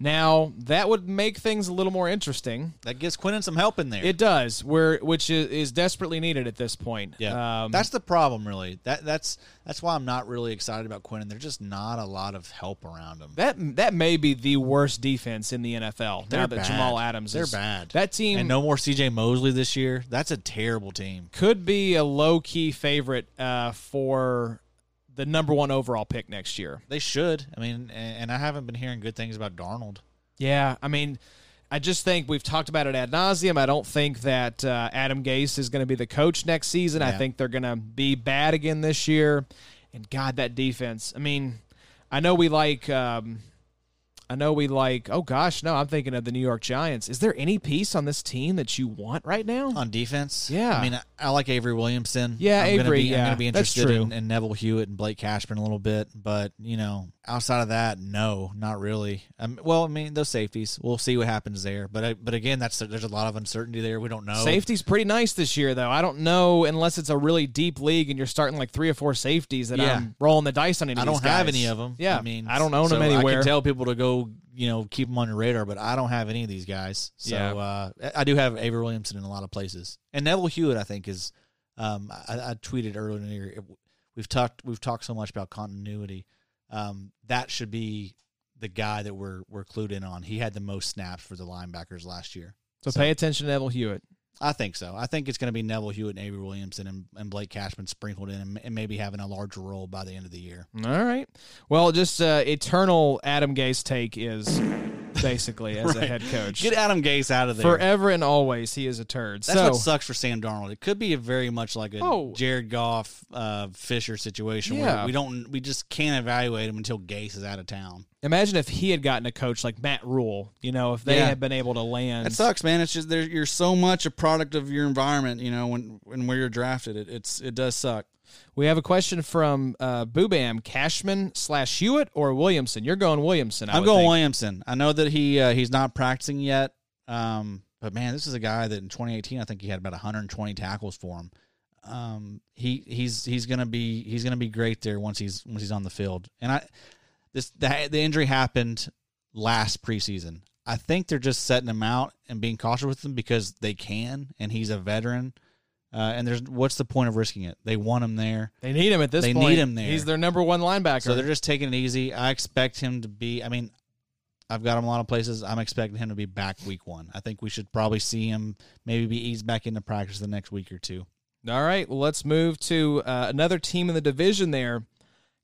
[SPEAKER 2] now that would make things a little more interesting.
[SPEAKER 3] That gives Quinnen some help in there.
[SPEAKER 2] It does, where which is, is desperately needed at this point. Um,
[SPEAKER 3] yeah, that's the problem, really. That that's that's why I'm not really excited about Quinnen. There's just not a lot of help around him.
[SPEAKER 2] That that may be the worst defense in the NFL. now
[SPEAKER 3] They're
[SPEAKER 2] that
[SPEAKER 3] bad.
[SPEAKER 2] Jamal Adams
[SPEAKER 3] they're
[SPEAKER 2] is
[SPEAKER 3] bad.
[SPEAKER 2] That team
[SPEAKER 3] and no more C.J. Mosley this year. That's a terrible team.
[SPEAKER 2] could be a low key favorite uh, for the number one overall pick next year.
[SPEAKER 3] They should. I mean, and, and I haven't been hearing good things about Darnold.
[SPEAKER 2] Yeah, I mean, I just think we've talked about it ad nauseum. I don't think that uh, Adam Gase is going to be the coach next season. I
[SPEAKER 3] Yeah.
[SPEAKER 2] think they're going to be bad again this year. And God, that defense. I mean, I know we like. Um, I know we like. Oh gosh, no! I'm thinking of the New York Giants. Is there any piece on this team that you want right now?
[SPEAKER 3] on defense.
[SPEAKER 2] Yeah.
[SPEAKER 3] I mean, I, I like Avery Williamson.
[SPEAKER 2] Yeah,
[SPEAKER 3] I'm Gonna
[SPEAKER 2] Avery,
[SPEAKER 3] be,
[SPEAKER 2] yeah,
[SPEAKER 3] I'm gonna be
[SPEAKER 2] that's
[SPEAKER 3] interested in,
[SPEAKER 2] true.
[SPEAKER 3] in Neville Hewitt and Blake Cashman a little bit, but you know, outside of that, no, not really. Um, well, I mean, those safeties. We'll see what happens there, but I, but again, that's there's a lot of uncertainty there. We don't know.
[SPEAKER 2] Safety's pretty nice this year, though. I don't know unless it's a really deep league and you're starting like three or four safeties that
[SPEAKER 3] Yeah.
[SPEAKER 2] I'm rolling the dice on. Any
[SPEAKER 3] I
[SPEAKER 2] of
[SPEAKER 3] don't
[SPEAKER 2] these guys.
[SPEAKER 3] have any of them.
[SPEAKER 2] Yeah,
[SPEAKER 3] I mean,
[SPEAKER 2] I don't own
[SPEAKER 3] so
[SPEAKER 2] them anywhere.
[SPEAKER 3] I can tell people to go, you know, keep them on your radar, but I don't have any of these guys. So
[SPEAKER 2] Yeah.
[SPEAKER 3] uh, I- I do have Avery Williamson in a lot of places, and Neville Hewitt. I think is, um, I, I tweeted earlier in the year. it- We've talked we've talked so much about continuity. Um, that should be the guy that we're we're clued in on. He had the most snaps for the linebackers last year.
[SPEAKER 2] So, pay attention to Neville Hewitt.
[SPEAKER 3] I think so. I think it's going to be Neville Hewitt and Avery Williamson and, and Blake Cashman sprinkled in and, and maybe having a larger role by the end of the year.
[SPEAKER 2] All right. Well, just uh, eternal Adam Gase take is basically as a
[SPEAKER 3] Right.
[SPEAKER 2] head coach.
[SPEAKER 3] Get Adam Gase out of there.
[SPEAKER 2] Forever and always, he is a turd.
[SPEAKER 3] That's
[SPEAKER 2] so,
[SPEAKER 3] what sucks for Sam Darnold. It could be a very much like a
[SPEAKER 2] Oh.
[SPEAKER 3] Jared Goff, uh, Fisher situation
[SPEAKER 2] Yeah.
[SPEAKER 3] where we don't, we just can't evaluate him until Gase is out of town.
[SPEAKER 2] imagine if he had gotten a coach like Matt Rule. You know, if they
[SPEAKER 3] Yeah.
[SPEAKER 2] had been able to land.
[SPEAKER 3] That sucks, man. It's just there, you're so much a product of your environment. You know, when when where you're drafted, it it's it does suck.
[SPEAKER 2] We have a question from uh, Boobam Cashman slash Hewitt or Williamson. You're going Williamson. I
[SPEAKER 3] I'm
[SPEAKER 2] would
[SPEAKER 3] going
[SPEAKER 2] think.
[SPEAKER 3] Williamson. I know that he uh, he's not practicing yet, um, but man, this is a guy that in 2018 I think he had about 120 tackles for him. Um, he he's he's gonna be he's gonna be great there once he's once he's on the field. And I this the the injury happened last preseason. I think they're just setting him out and being cautious with him because they can, and he's a veteran. Uh, and there's what's the point of risking it? They want him there.
[SPEAKER 2] They need him at this
[SPEAKER 3] They
[SPEAKER 2] point.
[SPEAKER 3] need him there.
[SPEAKER 2] He's their number one linebacker.
[SPEAKER 3] So they're just taking it easy. I expect him to be. I mean, I've got him a lot of places. I'm expecting him to be back week one. I think we should probably see him maybe be eased back into practice the next week or two.
[SPEAKER 2] All right, well, let's move to uh, another team in the division there.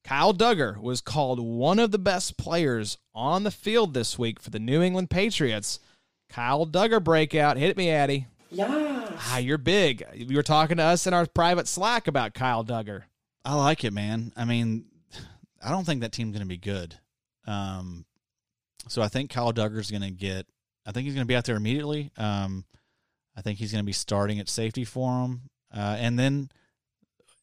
[SPEAKER 2] Kyle Duggar was called one of the best players on the field this week for the New England Patriots. Kyle Duggar breakout. Hit me, Addy.
[SPEAKER 1] Yeah.
[SPEAKER 2] Ah, you're big. You were talking to us in our private Slack about Kyle Duggar.
[SPEAKER 3] I like it, man. I mean, I don't think that team's going to be good. Um, so I think Kyle Duggar's going to get. I think he's going to be out there immediately. Um, I think he's going to be starting at safety for him, uh, and then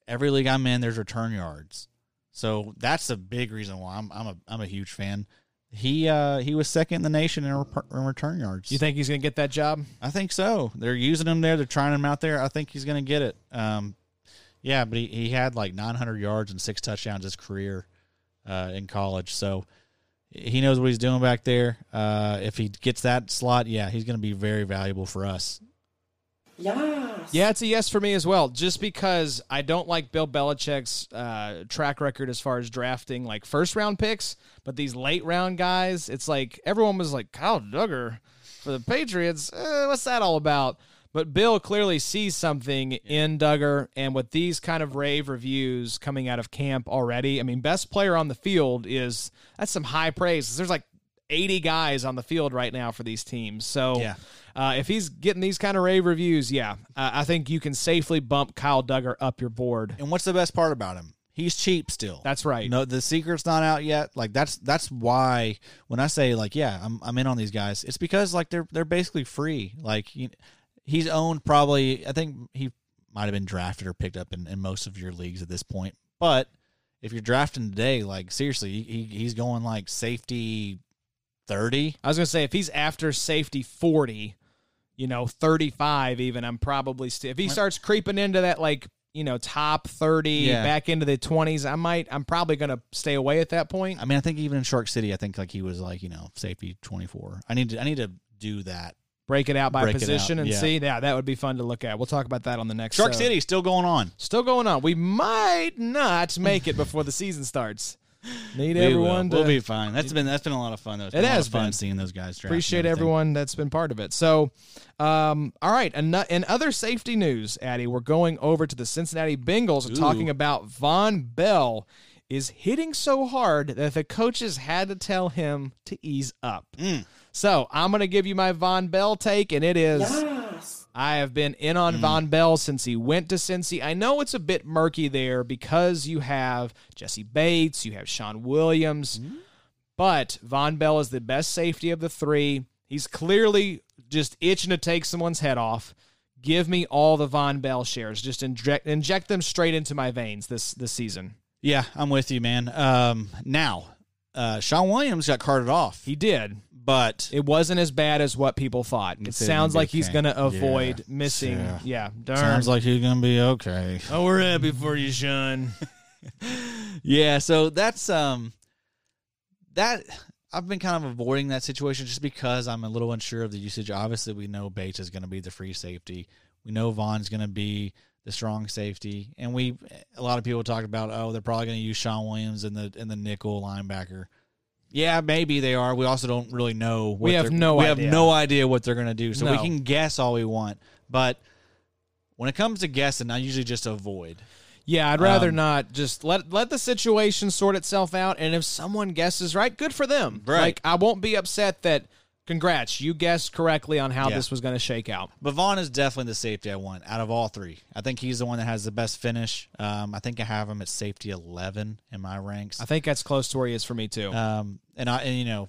[SPEAKER 3] every league I'm in, there's return yards. So that's a big reason why I'm I'm a I'm a huge fan. He uh, he was second in the nation in, rep- in return yards.
[SPEAKER 2] You think he's going to get that job?
[SPEAKER 3] I think so. They're using him there. They're trying him out there. I think he's going to get it. Um, yeah, but he, he had like 900 yards and six touchdowns his career uh, in college. So he knows what he's doing back there. Uh, if he gets that slot, yeah, he's going to be very valuable for us.
[SPEAKER 1] Yeah.
[SPEAKER 2] Yeah, it's a yes for me as well. Just because I don't like Bill Belichick's uh, track record as far as drafting like first round picks, but these late round guys, it's like everyone was like Kyle Duggar for the Patriots. Eh, what's that all about? But Bill clearly sees something in Duggar, and with these kind of rave reviews coming out of camp already, I mean, best player on the field is that's some high praise. There's like 80 guys on the field right now for these teams. So
[SPEAKER 3] Yeah.
[SPEAKER 2] uh, if he's getting these kind of rave reviews, yeah, uh, I think you can safely bump Kyle Duggar up your board.
[SPEAKER 3] And what's the best part about him? He's cheap still.
[SPEAKER 2] That's right.
[SPEAKER 3] No, the secret's not out yet. Like that's that's why when I say like yeah, I'm I'm in on these guys. It's because like they're they're basically free. Like you, he's owned probably. I think he might have been drafted or picked up in, in most of your leagues at this point. But if you're drafting today, like seriously, he, he he's going like safety thirty.
[SPEAKER 2] I was gonna say if he's after safety 40, you know, 35 even, I'm probably still. If he starts creeping into that like you know top 30,
[SPEAKER 3] Yeah.
[SPEAKER 2] back into the 20s, I might. I'm probably gonna stay away at that point.
[SPEAKER 3] I mean, I think even in Shark City, I think like he was like you know safety twenty four. I need to, I need to do that.
[SPEAKER 2] Break it out by
[SPEAKER 3] Break it
[SPEAKER 2] position
[SPEAKER 3] out,
[SPEAKER 2] and
[SPEAKER 3] yeah.
[SPEAKER 2] see. Yeah, that would be fun to look at. We'll talk about that on the next.
[SPEAKER 3] Shark
[SPEAKER 2] uh,
[SPEAKER 3] City still going on.
[SPEAKER 2] Still going on. We might not make it before the season starts. Need
[SPEAKER 3] We will.
[SPEAKER 2] everyone
[SPEAKER 3] We'll
[SPEAKER 2] to
[SPEAKER 3] be fine. That's been that's been a lot of fun though. It's been
[SPEAKER 2] It
[SPEAKER 3] a lot
[SPEAKER 2] has
[SPEAKER 3] of fun
[SPEAKER 2] been.
[SPEAKER 3] seeing those guys. draft and
[SPEAKER 2] appreciate
[SPEAKER 3] everything.
[SPEAKER 2] everyone that's been part of it. So, um, all right. And in other safety news, Addy, we're going over to the Cincinnati Bengals and
[SPEAKER 3] Ooh.
[SPEAKER 2] talking about Von Bell is hitting so hard that the coaches had to tell him to ease up.
[SPEAKER 3] Mm.
[SPEAKER 2] So I'm going to give you my Von Bell take, and it is. I have been in on
[SPEAKER 3] Mm.
[SPEAKER 2] Von Bell since he went to Cincy. I know it's a bit murky there because you have Jesse Bates, you have Sean Williams,
[SPEAKER 3] Mm-hmm.
[SPEAKER 2] but Von Bell is the best safety of the three. He's clearly just itching to take someone's head off. Give me all the Von Bell shares. Just inject inject them straight into my veins this this season.
[SPEAKER 3] Yeah, I'm with you, man. Um, now, uh, Sean Williams got carted off,
[SPEAKER 2] He did.
[SPEAKER 3] but
[SPEAKER 2] It wasn't as bad as what people thought. It
[SPEAKER 3] It's a
[SPEAKER 2] sounds like he's
[SPEAKER 3] okay.
[SPEAKER 2] going to
[SPEAKER 3] Yeah.
[SPEAKER 2] avoid missing. Yeah,
[SPEAKER 3] Yeah.
[SPEAKER 2] darn.
[SPEAKER 3] sounds like he's gonna be okay.
[SPEAKER 2] oh, we're happy for you, Sean.
[SPEAKER 3] Yeah, so that's um, that I've been kind of avoiding that situation just because I'm a little unsure of the usage. Obviously, we know Bates is gonna be the free safety. We know Vaughn's gonna be the strong safety, and we a lot of people talk about oh they're probably gonna use Sean Williams in the in the nickel linebacker. Yeah, maybe they are. We also don't really know. What
[SPEAKER 2] We have
[SPEAKER 3] they're-
[SPEAKER 2] no
[SPEAKER 3] We
[SPEAKER 2] idea.
[SPEAKER 3] have no idea what they're going to do. So we
[SPEAKER 2] No.
[SPEAKER 3] can guess all we want, but when it comes to guessing, I usually just avoid.
[SPEAKER 2] Yeah, I'd rather
[SPEAKER 3] Um,
[SPEAKER 2] not. Just let let the situation sort itself out, and if someone guesses right, good for them.
[SPEAKER 3] Right.
[SPEAKER 2] Like I won't be upset that. Congrats, you guessed correctly on how
[SPEAKER 3] Yeah.
[SPEAKER 2] this was going to shake out.
[SPEAKER 3] But Vaughn is definitely the safety I want out of all three. I think he's the one that has the best finish. Um, I think I have him at safety eleven in my ranks.
[SPEAKER 2] I think that's close to where he is for me too.
[SPEAKER 3] Um, and I and you know,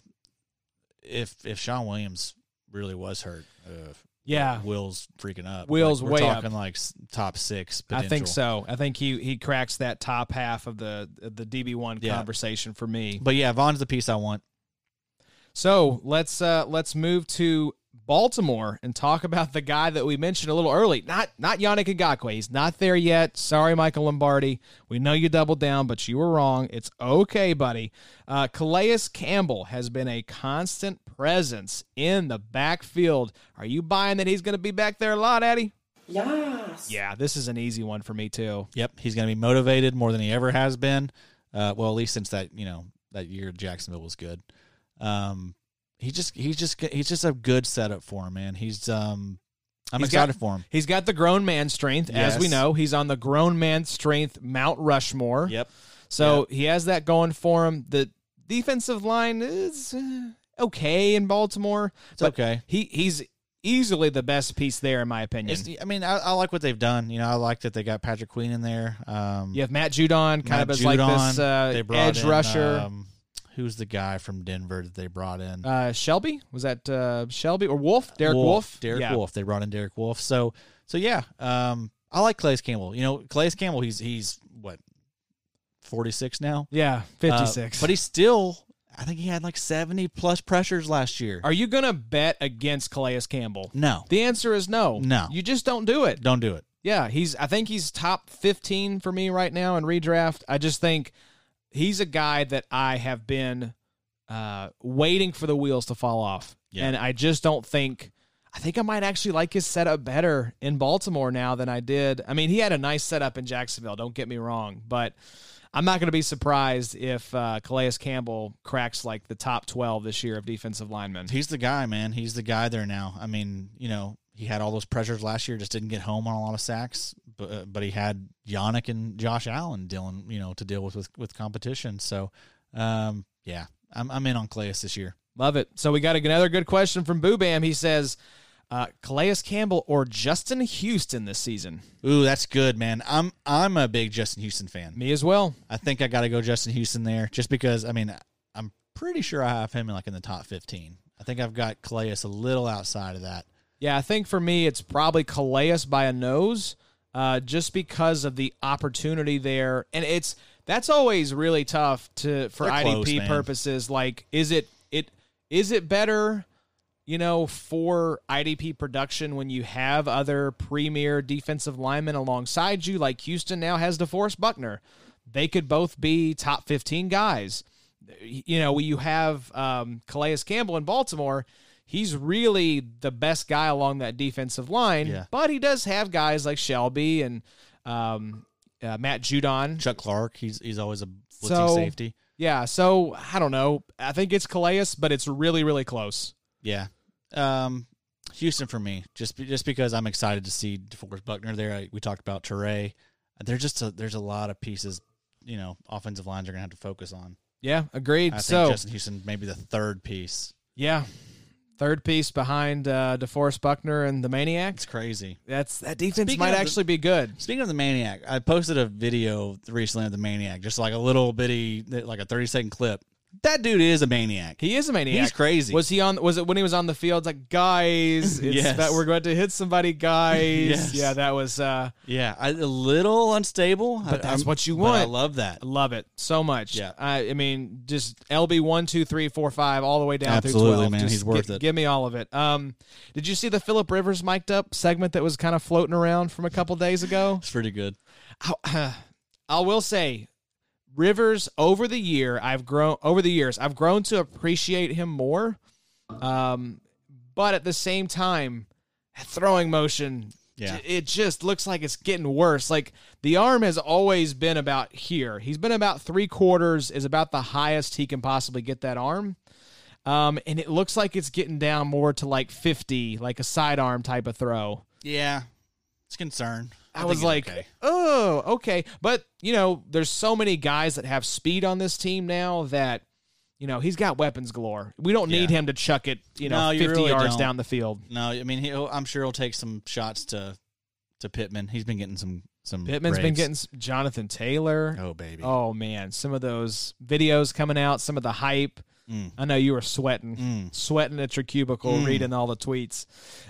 [SPEAKER 3] if if Sean Williams really was hurt, uh,
[SPEAKER 2] yeah,
[SPEAKER 3] Will's freaking up.
[SPEAKER 2] Will's
[SPEAKER 3] like, we're
[SPEAKER 2] way up.
[SPEAKER 3] talking like s- top six.
[SPEAKER 2] I
[SPEAKER 3] Potential.
[SPEAKER 2] think so. I think he he cracks that top half of the of the DB one
[SPEAKER 3] Yeah.
[SPEAKER 2] conversation for me.
[SPEAKER 3] But yeah, Vaughn's the piece I want.
[SPEAKER 2] So let's uh let's move to Baltimore and talk about the guy that we mentioned a little early. Not not Yannick Ngakwe. He's not there yet. Sorry, Michael Lombardi. We know you doubled down, but you were wrong. It's okay, buddy. Uh, Calais Campbell has been a constant presence in the backfield. Are you buying that he's going to be back there a lot, Addy?
[SPEAKER 1] Yes.
[SPEAKER 2] Yeah, this is an easy one for me too.
[SPEAKER 3] Yep, he's going to be motivated more than he ever has been. Uh, well, at least since that you know that year Jacksonville was good. Um, he just he's just g- he's just a good setup for him, man. He's um, I'm
[SPEAKER 2] He's got-
[SPEAKER 3] excited for him.
[SPEAKER 2] He's got the grown man strength, as
[SPEAKER 3] Yes.
[SPEAKER 2] we know. He's on the grown man strength Mount Rushmore.
[SPEAKER 3] Yep,
[SPEAKER 2] So he has that going for him. The defensive line is uh, okay in Baltimore,
[SPEAKER 3] it's
[SPEAKER 2] but
[SPEAKER 3] okay.
[SPEAKER 2] he he's easily the best piece there, in my opinion.
[SPEAKER 3] It's, I mean, I, I like what they've done. You know, I like that they got Patrick Queen in there. Um,
[SPEAKER 2] you have Matt Judon, kind
[SPEAKER 3] Matt
[SPEAKER 2] of as like this
[SPEAKER 3] Judon.
[SPEAKER 2] uh, edge
[SPEAKER 3] in,
[SPEAKER 2] rusher.
[SPEAKER 3] Um, who's the guy from Denver that they brought in?
[SPEAKER 2] uh, Shelby was that uh, Shelby or Wolf? Derek Wolf.
[SPEAKER 3] Derek
[SPEAKER 2] Yeah.
[SPEAKER 3] Wolf. They brought in Derek Wolf. So so yeah, um, I like Clay's Campbell. You know, Clay's Campbell. He's he's what forty six now,
[SPEAKER 2] Yeah,
[SPEAKER 3] Uh,
[SPEAKER 2] fifty six.
[SPEAKER 3] but he's still. I think he had like seventy plus pressures last year.
[SPEAKER 2] Are you gonna bet against Calais Campbell?
[SPEAKER 3] no,
[SPEAKER 2] The answer is no.
[SPEAKER 3] No.
[SPEAKER 2] you just don't do it.
[SPEAKER 3] don't do it.
[SPEAKER 2] Yeah, he's. I think he's top fifteen for me right now in redraft. I just think he's a guy that I have been uh, waiting for the wheels to fall off,
[SPEAKER 3] Yeah.
[SPEAKER 2] and I just don't think. I think I might actually like his setup better in Baltimore now than I did. I mean, he had a nice setup in Jacksonville. Don't get me wrong, but I'm not going to be surprised if uh, Calais Campbell cracks like the top twelve this year of defensive linemen.
[SPEAKER 3] He's the guy, man. He's the guy there now. I mean, you know, he had all those pressures last year, just didn't get home on a lot of sacks. But uh, but he had Yannick and Josh Allen dealing, you know, to deal with with, with competition. So um, yeah, I'm I'm in on Clayus this year.
[SPEAKER 2] Love it. So we got another good question from Boo Bam. He says, uh, Calais Campbell or Justin Houston this season?
[SPEAKER 3] Ooh, that's good, man. I'm I'm a big Justin Houston fan.
[SPEAKER 2] Me as well.
[SPEAKER 3] I think I got to go Justin Houston there, just because. I mean, I'm pretty sure I have him in like in the top 15. I think I've got Calais a little outside of that.
[SPEAKER 2] Yeah, I think for me, it's probably Calais by a nose uh, just because of the opportunity there. And it's that's always really tough to for
[SPEAKER 3] They're
[SPEAKER 2] IDP
[SPEAKER 3] close, man.
[SPEAKER 2] purposes. Like, is it it is it better? You know, for IDP production, when you have other premier defensive linemen alongside you, like Houston now has DeForest Buckner, they could both be top 15 guys. you know, you have um, Calais Campbell in Baltimore. He's really the best guy along that defensive line,
[SPEAKER 3] Yeah.
[SPEAKER 2] but he does have guys like Shelby and um, uh, Matt Judon.
[SPEAKER 3] Chuck Clark, he's he's always a blitzing
[SPEAKER 2] So-
[SPEAKER 3] safety.
[SPEAKER 2] Yeah, so I don't know. I think it's Calais, but it's really, really close.
[SPEAKER 3] Yeah. Um, Houston for me, just be, just because I'm excited to see DeForest Buckner there. I, we talked about Teray. There's just a, there's a lot of pieces, you know, offensive lines are gonna have to focus on.
[SPEAKER 2] Yeah, agreed.
[SPEAKER 3] I think
[SPEAKER 2] so
[SPEAKER 3] Justin Houston maybe the third piece.
[SPEAKER 2] yeah, third piece behind uh, DeForest Buckner and the Maniac.
[SPEAKER 3] It's crazy.
[SPEAKER 2] That's that defense
[SPEAKER 3] Speaking
[SPEAKER 2] might
[SPEAKER 3] of the-
[SPEAKER 2] actually be good.
[SPEAKER 3] Speaking of the Maniac, I posted a video recently of the Maniac, just like a little bitty, like a 30 second clip. That dude is a maniac.
[SPEAKER 2] He is a maniac.
[SPEAKER 3] He's crazy.
[SPEAKER 2] Was he on? Was it when he was on the field? It's like, guys, it's
[SPEAKER 3] Yes.
[SPEAKER 2] that we're going to hit somebody, guys.
[SPEAKER 3] Yes.
[SPEAKER 2] Yeah, that was. uh
[SPEAKER 3] yeah, I, a little unstable,
[SPEAKER 2] But
[SPEAKER 3] I-
[SPEAKER 2] that's
[SPEAKER 3] I'm-
[SPEAKER 2] what you
[SPEAKER 3] but I
[SPEAKER 2] want.
[SPEAKER 3] love that.
[SPEAKER 2] I love it so much.
[SPEAKER 3] Yeah.
[SPEAKER 2] I, I mean, just LB one, two, three, four, five, all the way down through
[SPEAKER 3] Absolutely,
[SPEAKER 2] twelve.
[SPEAKER 3] man.
[SPEAKER 2] Just
[SPEAKER 3] He's worth
[SPEAKER 2] gi-
[SPEAKER 3] it.
[SPEAKER 2] Give me all of it. Um, did you see the Philip Rivers mic'd up segment that was kind of floating around from a couple days ago?
[SPEAKER 3] It's pretty good.
[SPEAKER 2] I, I will say, Rivers over the year, I've grown over the years, I've grown to appreciate him more. Um, but at the same time, throwing motion
[SPEAKER 3] Yeah.
[SPEAKER 2] J- It just looks like it's getting worse. Like the arm has always been about here. He's been about three quarters, is about the highest he can possibly get that arm. Um, and it looks like it's getting down more to like 50, like a sidearm type of throw.
[SPEAKER 3] Yeah. It's a concern.
[SPEAKER 2] I,
[SPEAKER 3] think
[SPEAKER 2] was
[SPEAKER 3] it's
[SPEAKER 2] like,
[SPEAKER 3] okay.
[SPEAKER 2] oh, okay. But, you know, there's so many guys that have speed on this team now that, you know, he's got weapons galore. We don't need
[SPEAKER 3] Yeah.
[SPEAKER 2] him to chuck it, you know,
[SPEAKER 3] No, you
[SPEAKER 2] 50
[SPEAKER 3] really
[SPEAKER 2] yards
[SPEAKER 3] don't.
[SPEAKER 2] down the field.
[SPEAKER 3] no, I mean, he'll, I'm sure he'll take some shots to to Pittman. He's been getting some some.
[SPEAKER 2] Pittman's been
[SPEAKER 3] raves.
[SPEAKER 2] getting s- Jonathan Taylor.
[SPEAKER 3] Oh baby.
[SPEAKER 2] Oh man, some of those videos coming out, some of the hype.
[SPEAKER 3] Mm.
[SPEAKER 2] I know you were sweating,
[SPEAKER 3] Mm.
[SPEAKER 2] sweating at your cubicle,
[SPEAKER 3] Mm.
[SPEAKER 2] reading all the tweets.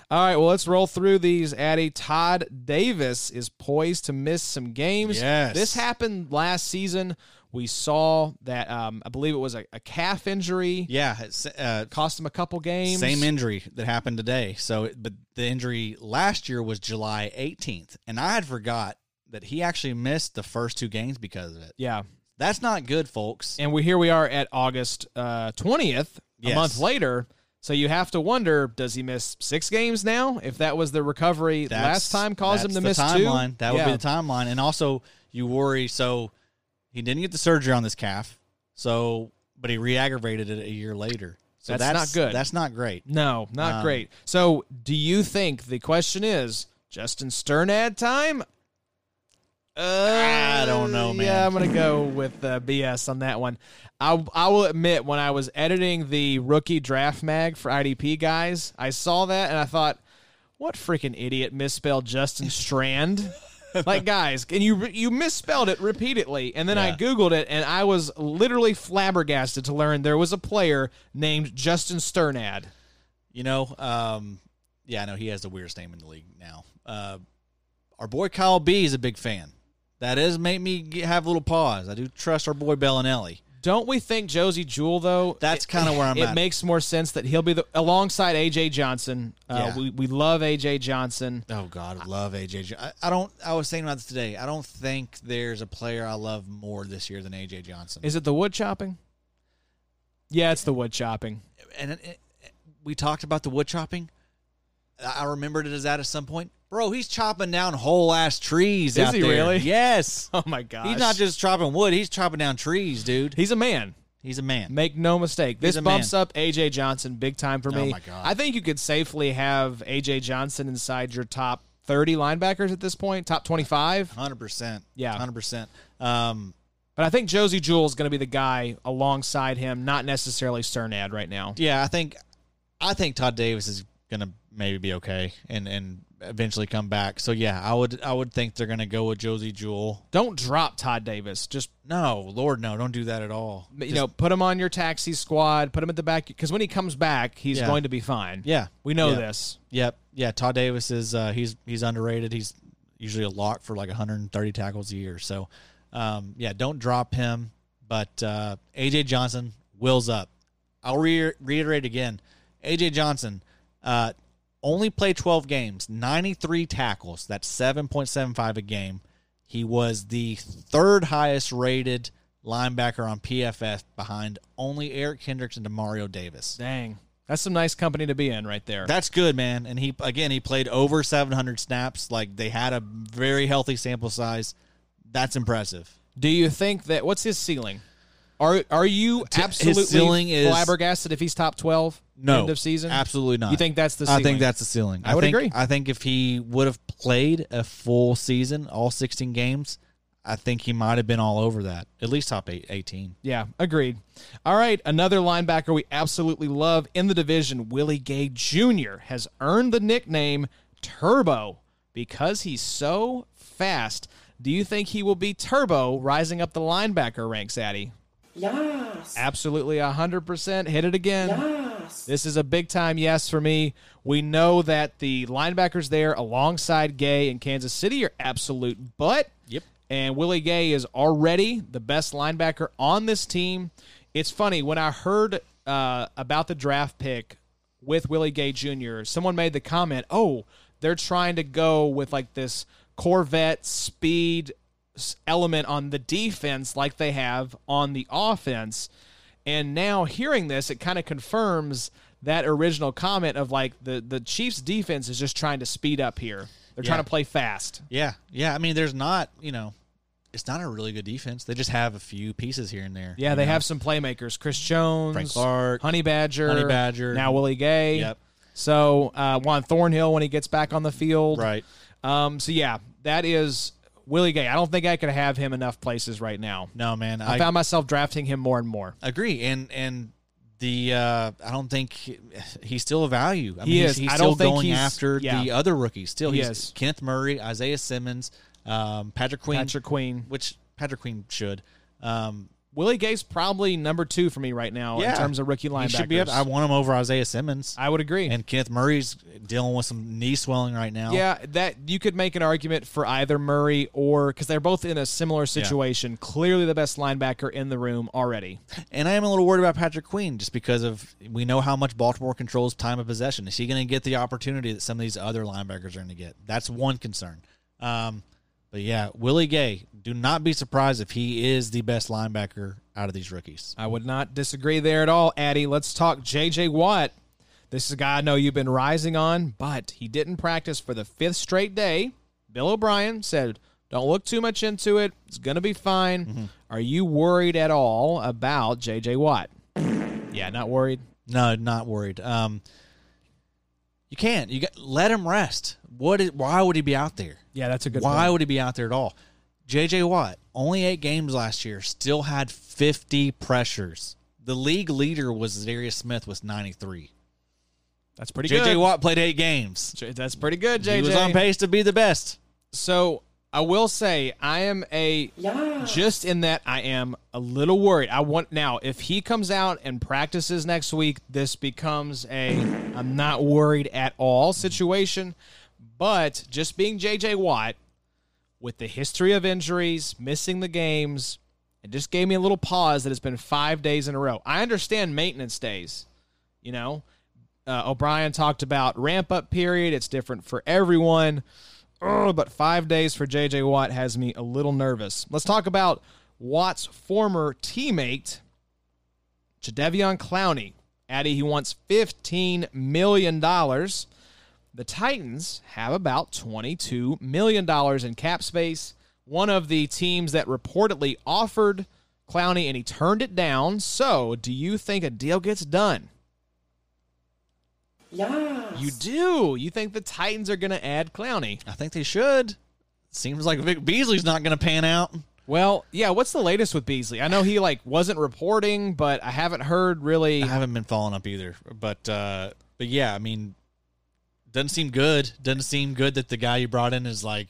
[SPEAKER 2] All right, well, let's roll through these. Addy Todd Davis is poised to miss some games.
[SPEAKER 3] Yes.
[SPEAKER 2] this happened last season. We saw that um, I believe it was a, a calf injury
[SPEAKER 3] Yeah. It's, uh,
[SPEAKER 2] cost him a couple games.
[SPEAKER 3] Same injury that happened today. So, but the injury last year was July 18th, and I had forgot that he actually missed the first two games because of it.
[SPEAKER 2] yeah.
[SPEAKER 3] That's not good, folks.
[SPEAKER 2] and we here we are at August uh, twentieth, a
[SPEAKER 3] Yes.
[SPEAKER 2] month later. So you have to wonder: Does he miss six games now? If that was the recovery
[SPEAKER 3] That's-
[SPEAKER 2] last time, caused him
[SPEAKER 3] that's
[SPEAKER 2] to
[SPEAKER 3] the
[SPEAKER 2] miss
[SPEAKER 3] timeline.
[SPEAKER 2] two.
[SPEAKER 3] That
[SPEAKER 2] yeah.
[SPEAKER 3] would be the timeline. And also, you worry. So he didn't get the surgery on this calf. So, but he re-aggravated it a year later. So
[SPEAKER 2] That's not good.
[SPEAKER 3] That's not great.
[SPEAKER 2] No, not
[SPEAKER 3] Um,
[SPEAKER 2] great. So do you think the question is Justin Sternad time? Uh,
[SPEAKER 3] I don't know, man.
[SPEAKER 2] Yeah, I'm gonna go with uh, BS on that one. I I will admit when I was editing the rookie draft mag for IDP guys, I saw that and I thought, what freaking idiot misspelled Justin Strand? like guys, and you you misspelled it repeatedly, and then I
[SPEAKER 3] Yeah.
[SPEAKER 2] googled it and I was literally flabbergasted to learn there was a player named Justin Sternad.
[SPEAKER 3] You know, um, yeah, I know he has the weirdest name in the league now. Uh, our boy Kyle B is a big fan. That is make me get, have a little pause. I do trust our boy Bellinelli.
[SPEAKER 2] Don't we think Josie Jewell though?
[SPEAKER 3] That's
[SPEAKER 2] it-
[SPEAKER 3] kinda where I'm
[SPEAKER 2] It
[SPEAKER 3] at.
[SPEAKER 2] makes more sense that he'll be the alongside AJ Johnson. Uh,
[SPEAKER 3] Yeah.
[SPEAKER 2] We we love AJ Johnson.
[SPEAKER 3] Oh God, I love AJ. I, I don't. I was saying about this today. I don't think there's a player I love more this year than AJ Johnson.
[SPEAKER 2] Is it the wood chopping? Yeah, it's the wood chopping.
[SPEAKER 3] and it, it- we talked about the wood chopping. I I remembered it as that at some point, bro. He's chopping down whole ass trees.
[SPEAKER 2] Is
[SPEAKER 3] out
[SPEAKER 2] he
[SPEAKER 3] there.
[SPEAKER 2] really?
[SPEAKER 3] Yes.
[SPEAKER 2] Oh my gosh,
[SPEAKER 3] He's not just chopping wood. He's chopping down trees, dude.
[SPEAKER 2] he's a man.
[SPEAKER 3] He's a man.
[SPEAKER 2] Make no mistake. This
[SPEAKER 3] a man.
[SPEAKER 2] bumps up AJ Johnson big time for
[SPEAKER 3] Oh
[SPEAKER 2] me.
[SPEAKER 3] my God.
[SPEAKER 2] I think you could safely have AJ Johnson inside your top thirty linebackers at this point, top twenty five.
[SPEAKER 3] Hundred percent.
[SPEAKER 2] Yeah.
[SPEAKER 3] Hundred percent. Um.
[SPEAKER 2] But I think Josie Jewell is going to be the guy alongside him, not necessarily Sternad right now.
[SPEAKER 3] Yeah. I think. I think Todd Davis is gonna maybe be okay and and eventually come back. So yeah, I would I would think they're gonna go with Josie Jewell.
[SPEAKER 2] Don't drop Todd Davis. Just
[SPEAKER 3] No, Lord, no, don't do that at all.
[SPEAKER 2] you
[SPEAKER 3] Just-
[SPEAKER 2] know, put him on your taxi squad. Put him at the back because when he comes back, he's
[SPEAKER 3] Yeah.
[SPEAKER 2] going to be fine.
[SPEAKER 3] Yeah.
[SPEAKER 2] we know
[SPEAKER 3] Yeah.
[SPEAKER 2] this.
[SPEAKER 3] Yep. Yeah. Todd Davis is uh, he's he's underrated. He's usually a lock for like 130 tackles a year. So, um, yeah, don't drop him. But uh, AJ Johnson wills up. I'll re- reiterate again. AJ Johnson uh, only played 12 games, 93 tackles. That's 7.75 a game. He was the third highest rated linebacker on PFF behind only Eric Kendricks and Demario Davis.
[SPEAKER 2] Dang, that's some nice company to be in right there.
[SPEAKER 3] That's good, man. And he again, he played over 700 snaps. Like they had a very healthy sample size. That's impressive.
[SPEAKER 2] Do you think that what's his ceiling? Are are you
[SPEAKER 3] his
[SPEAKER 2] absolutely
[SPEAKER 3] ceiling is-
[SPEAKER 2] flabbergasted if he's top twelve?
[SPEAKER 3] No
[SPEAKER 2] end of season.
[SPEAKER 3] absolutely not.
[SPEAKER 2] You think that's the?
[SPEAKER 3] I
[SPEAKER 2] Ceiling?
[SPEAKER 3] think that's the ceiling.
[SPEAKER 2] I would
[SPEAKER 3] think,
[SPEAKER 2] agree.
[SPEAKER 3] I think if he would have played a full season, all 16 games, I think he might have been all over that. At least top eight, 18.
[SPEAKER 2] Yeah, agreed. All right, another linebacker we absolutely love in the division, Willie Gay Jr., has earned the nickname Turbo because he's so fast. Do you think he will be Turbo rising up the linebacker ranks, Addy?
[SPEAKER 1] Yes.
[SPEAKER 2] Absolutely 100%. Hit it again.
[SPEAKER 1] Yes.
[SPEAKER 2] This is a big time yes for me. We know that the linebackers there alongside Gay in Kansas City are absolute butt.
[SPEAKER 3] Yep.
[SPEAKER 2] And Willie Gay is already the best linebacker on this team. It's funny, when I heard uh, about the draft pick with Willie Gay Jr., someone made the comment, oh, they're trying to go with like this Corvette speed s- element on the defense like they have on the offense. And now hearing this, it kind of confirms that original comment of like the the Chiefs defense is just trying to speed up here. They're
[SPEAKER 3] Yeah.
[SPEAKER 2] trying to play fast.
[SPEAKER 3] Yeah, yeah. I mean, there's not, you know, it's not a really good defense. They just have a few pieces here and there.
[SPEAKER 2] Yeah,
[SPEAKER 3] you
[SPEAKER 2] they
[SPEAKER 3] know?
[SPEAKER 2] have some playmakers: Chris Jones,
[SPEAKER 3] Frank Clark,
[SPEAKER 2] Honey Badger,
[SPEAKER 3] Honey Badger.
[SPEAKER 2] now Willie Gay.
[SPEAKER 3] Yep.
[SPEAKER 2] So uh, Juan Thornhill when he gets back on the field.
[SPEAKER 3] Right.
[SPEAKER 2] Um. So yeah, that is Willie Gay. I don't think I could have him enough places right now.
[SPEAKER 3] No, man.
[SPEAKER 2] I, found myself drafting him more and more.
[SPEAKER 3] agree. And and the uh, I don't think he- he's still a value. I
[SPEAKER 2] He
[SPEAKER 3] mean, he's-
[SPEAKER 2] is.
[SPEAKER 3] He's,
[SPEAKER 2] I
[SPEAKER 3] still
[SPEAKER 2] don't think
[SPEAKER 3] going
[SPEAKER 2] he's-
[SPEAKER 3] after the
[SPEAKER 2] yeah.
[SPEAKER 3] other rookies. Still,
[SPEAKER 2] He
[SPEAKER 3] he's
[SPEAKER 2] is.
[SPEAKER 3] Kenneth Murray, Isaiah Simmons, um, Patrick Queen,
[SPEAKER 2] Patrick Queen.
[SPEAKER 3] which Patrick Queen should. Um,
[SPEAKER 2] Willie Gay's probably number two for me right now
[SPEAKER 3] Yeah.
[SPEAKER 2] in terms of rookie linebackers.
[SPEAKER 3] he should be up. I want him over Isaiah Simmons.
[SPEAKER 2] I would agree.
[SPEAKER 3] and Kenneth Murray's dealing with some knee swelling right now.
[SPEAKER 2] Yeah, that you could make an argument for either Murray or because they're both in a similar situation. Clearly, the best linebacker in the room already.
[SPEAKER 3] And I am a little worried about Patrick Queen just because of we know how much Baltimore controls time of possession. Is he going to get the opportunity that some of these other linebackers are going to get? That's one concern. Um, but yeah, Willie Gay, do not be surprised if he is the best linebacker out of these rookies.
[SPEAKER 2] I would not disagree there at all, Addy. Let's talk J.J. Watt. This is a guy I know you've been rising on, but he didn't practice for the fifth straight day. Bill O'Brien said, "Don't look too much into it. It's gonna be fine."
[SPEAKER 3] Mm-hmm.
[SPEAKER 2] Are you worried at all about J.J. Watt? yeah, not worried.
[SPEAKER 3] No, not worried. Um, you can't. You got let him rest. What is? Why would he be out there?
[SPEAKER 2] Yeah, that's a good.
[SPEAKER 3] Why
[SPEAKER 2] point.
[SPEAKER 3] would he be out there at all? JJ Watt, only eight games last year, still had 50 pressures. The league leader was Darius Smith with 93.
[SPEAKER 2] That's pretty good.
[SPEAKER 3] JJ Watt played eight games.
[SPEAKER 2] J- That's pretty good, JJ.
[SPEAKER 3] He was on pace to be the best.
[SPEAKER 2] So I will say I am a just in that I am a little worried. I want now if he comes out and practices next week, this becomes a I'm not worried at all situation. But just being JJ Watt with the history of injuries, missing the games, it just gave me a little pause that it's been five days in a row. I understand maintenance days, you know. Uh, O'Brien talked about ramp up period. It's different for everyone. Ugh, but five days for JJ Watt has me a little nervous. Let's talk about Watt's former teammate, Jadevion Clowney. Addy, he wants $15 million. The Titans have about $22 million in cap space. One of the teams that reportedly offered Clowney and he turned it down. So, do you think a deal gets done?
[SPEAKER 1] Yeah.
[SPEAKER 2] You do. You think the Titans are going to add Clowney?
[SPEAKER 3] I think they should. Seems like Vic Beasley's not going to pan out.
[SPEAKER 2] Well, yeah. What's the latest with Beasley? I know he like wasn't reporting, but I haven't heard really.
[SPEAKER 3] I haven't been following up either. But uh, but yeah, I mean, doesn't seem good. Doesn't seem good that the guy you brought in is like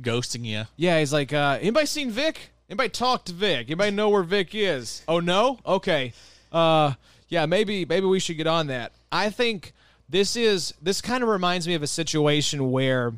[SPEAKER 3] ghosting you.
[SPEAKER 2] Yeah, he's like, uh, anybody seen Vic? Anybody talked to Vic? Anybody know where Vic is? Oh no. Okay. Uh, yeah. Maybe maybe we should get on that. I think this is this kind of reminds me of a situation where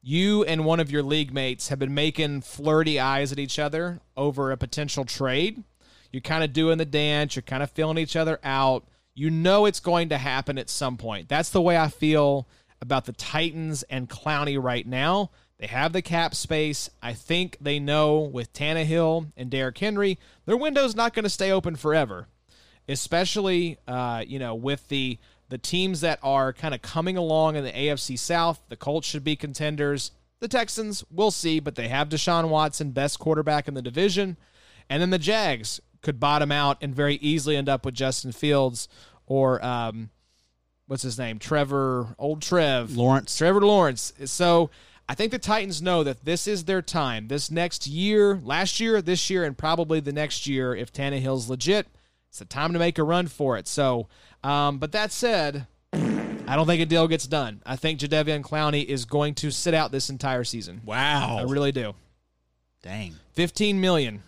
[SPEAKER 2] you and one of your league mates have been making flirty eyes at each other over a potential trade. You're kind of doing the dance, you're kind of feeling each other out. You know it's going to happen at some point. That's the way I feel about the Titans and Clowney right now. They have the cap space. I think they know with Tannehill and Derrick Henry, their window's not going to stay open forever especially uh, you know with the the teams that are kind of coming along in the AFC South. The Colts should be contenders. The Texans, we'll see, but they have Deshaun Watson, best quarterback in the division, and then the Jags could bottom out and very easily end up with Justin Fields or um, what's his name, Trevor, old Trev,
[SPEAKER 3] Lawrence.
[SPEAKER 2] Trevor Lawrence. So. I think the Titans know that this is their time. This next year, last year, this year, and probably the next year, if Tannehill's legit, it's the time to make a run for it. So, um, but that said, I don't think a deal gets done. I think Jadevian Clowney is going to sit out this entire season.
[SPEAKER 3] Wow.
[SPEAKER 2] I really do.
[SPEAKER 3] Dang.
[SPEAKER 2] 15 million.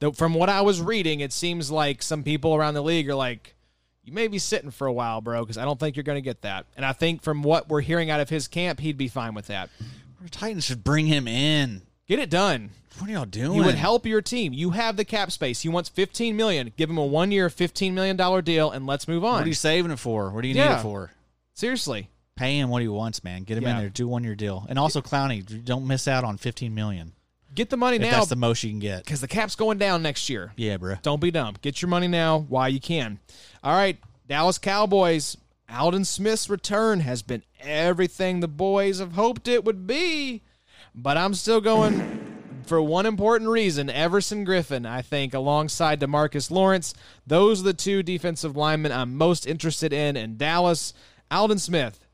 [SPEAKER 2] Though from what I was reading, it seems like some people around the league are like, you may be sitting for a while, bro, because I don't think you're going to get that. And I think from what we're hearing out of his camp, he'd be fine with that.
[SPEAKER 3] The Titans should bring him in.
[SPEAKER 2] Get it done.
[SPEAKER 3] What are y'all doing?
[SPEAKER 2] You would help your team. You have the cap space. He wants 15 million. Give him a one year, 15 million dollar deal, and let's move
[SPEAKER 3] What
[SPEAKER 2] on.
[SPEAKER 3] are you saving it for? What do you need
[SPEAKER 2] Yeah.
[SPEAKER 3] it for?
[SPEAKER 2] Seriously.
[SPEAKER 3] Pay him what he wants, man. Get him in
[SPEAKER 2] Yeah.
[SPEAKER 3] there. Do one year deal. And also Clowney, don't miss out on fifteen million.
[SPEAKER 2] Get the money
[SPEAKER 3] If
[SPEAKER 2] now
[SPEAKER 3] that's the most you can get.
[SPEAKER 2] because the cap's going down next year.
[SPEAKER 3] Yeah, bro.
[SPEAKER 2] Don't be dumb. Get your money now while you can. All right, Dallas Cowboys. Alden Smith's return has been everything the boys have hoped it would be, but I'm still going for one important reason, Everson Griffin, I think, alongside Demarcus Lawrence, those are the two defensive linemen I'm most interested in in Dallas. Alden Smith,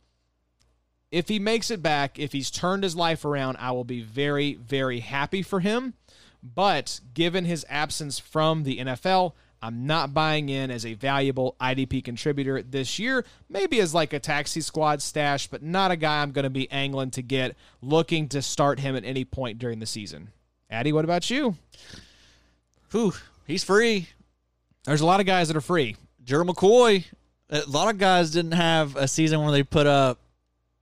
[SPEAKER 2] if he makes it back, if he's turned his life around, I will be very, very happy for him. But given his absence from the NFL, I'm not buying in as a valuable IDP contributor this year. Maybe as like a taxi squad stash, but not a guy I'm going to be angling to get looking to start him at any point during the season. Addy, what about you?
[SPEAKER 3] Whew, he's free.
[SPEAKER 2] There's a lot of guys that are free.
[SPEAKER 3] Gerald McCoy. A lot of guys didn't have a season where they put up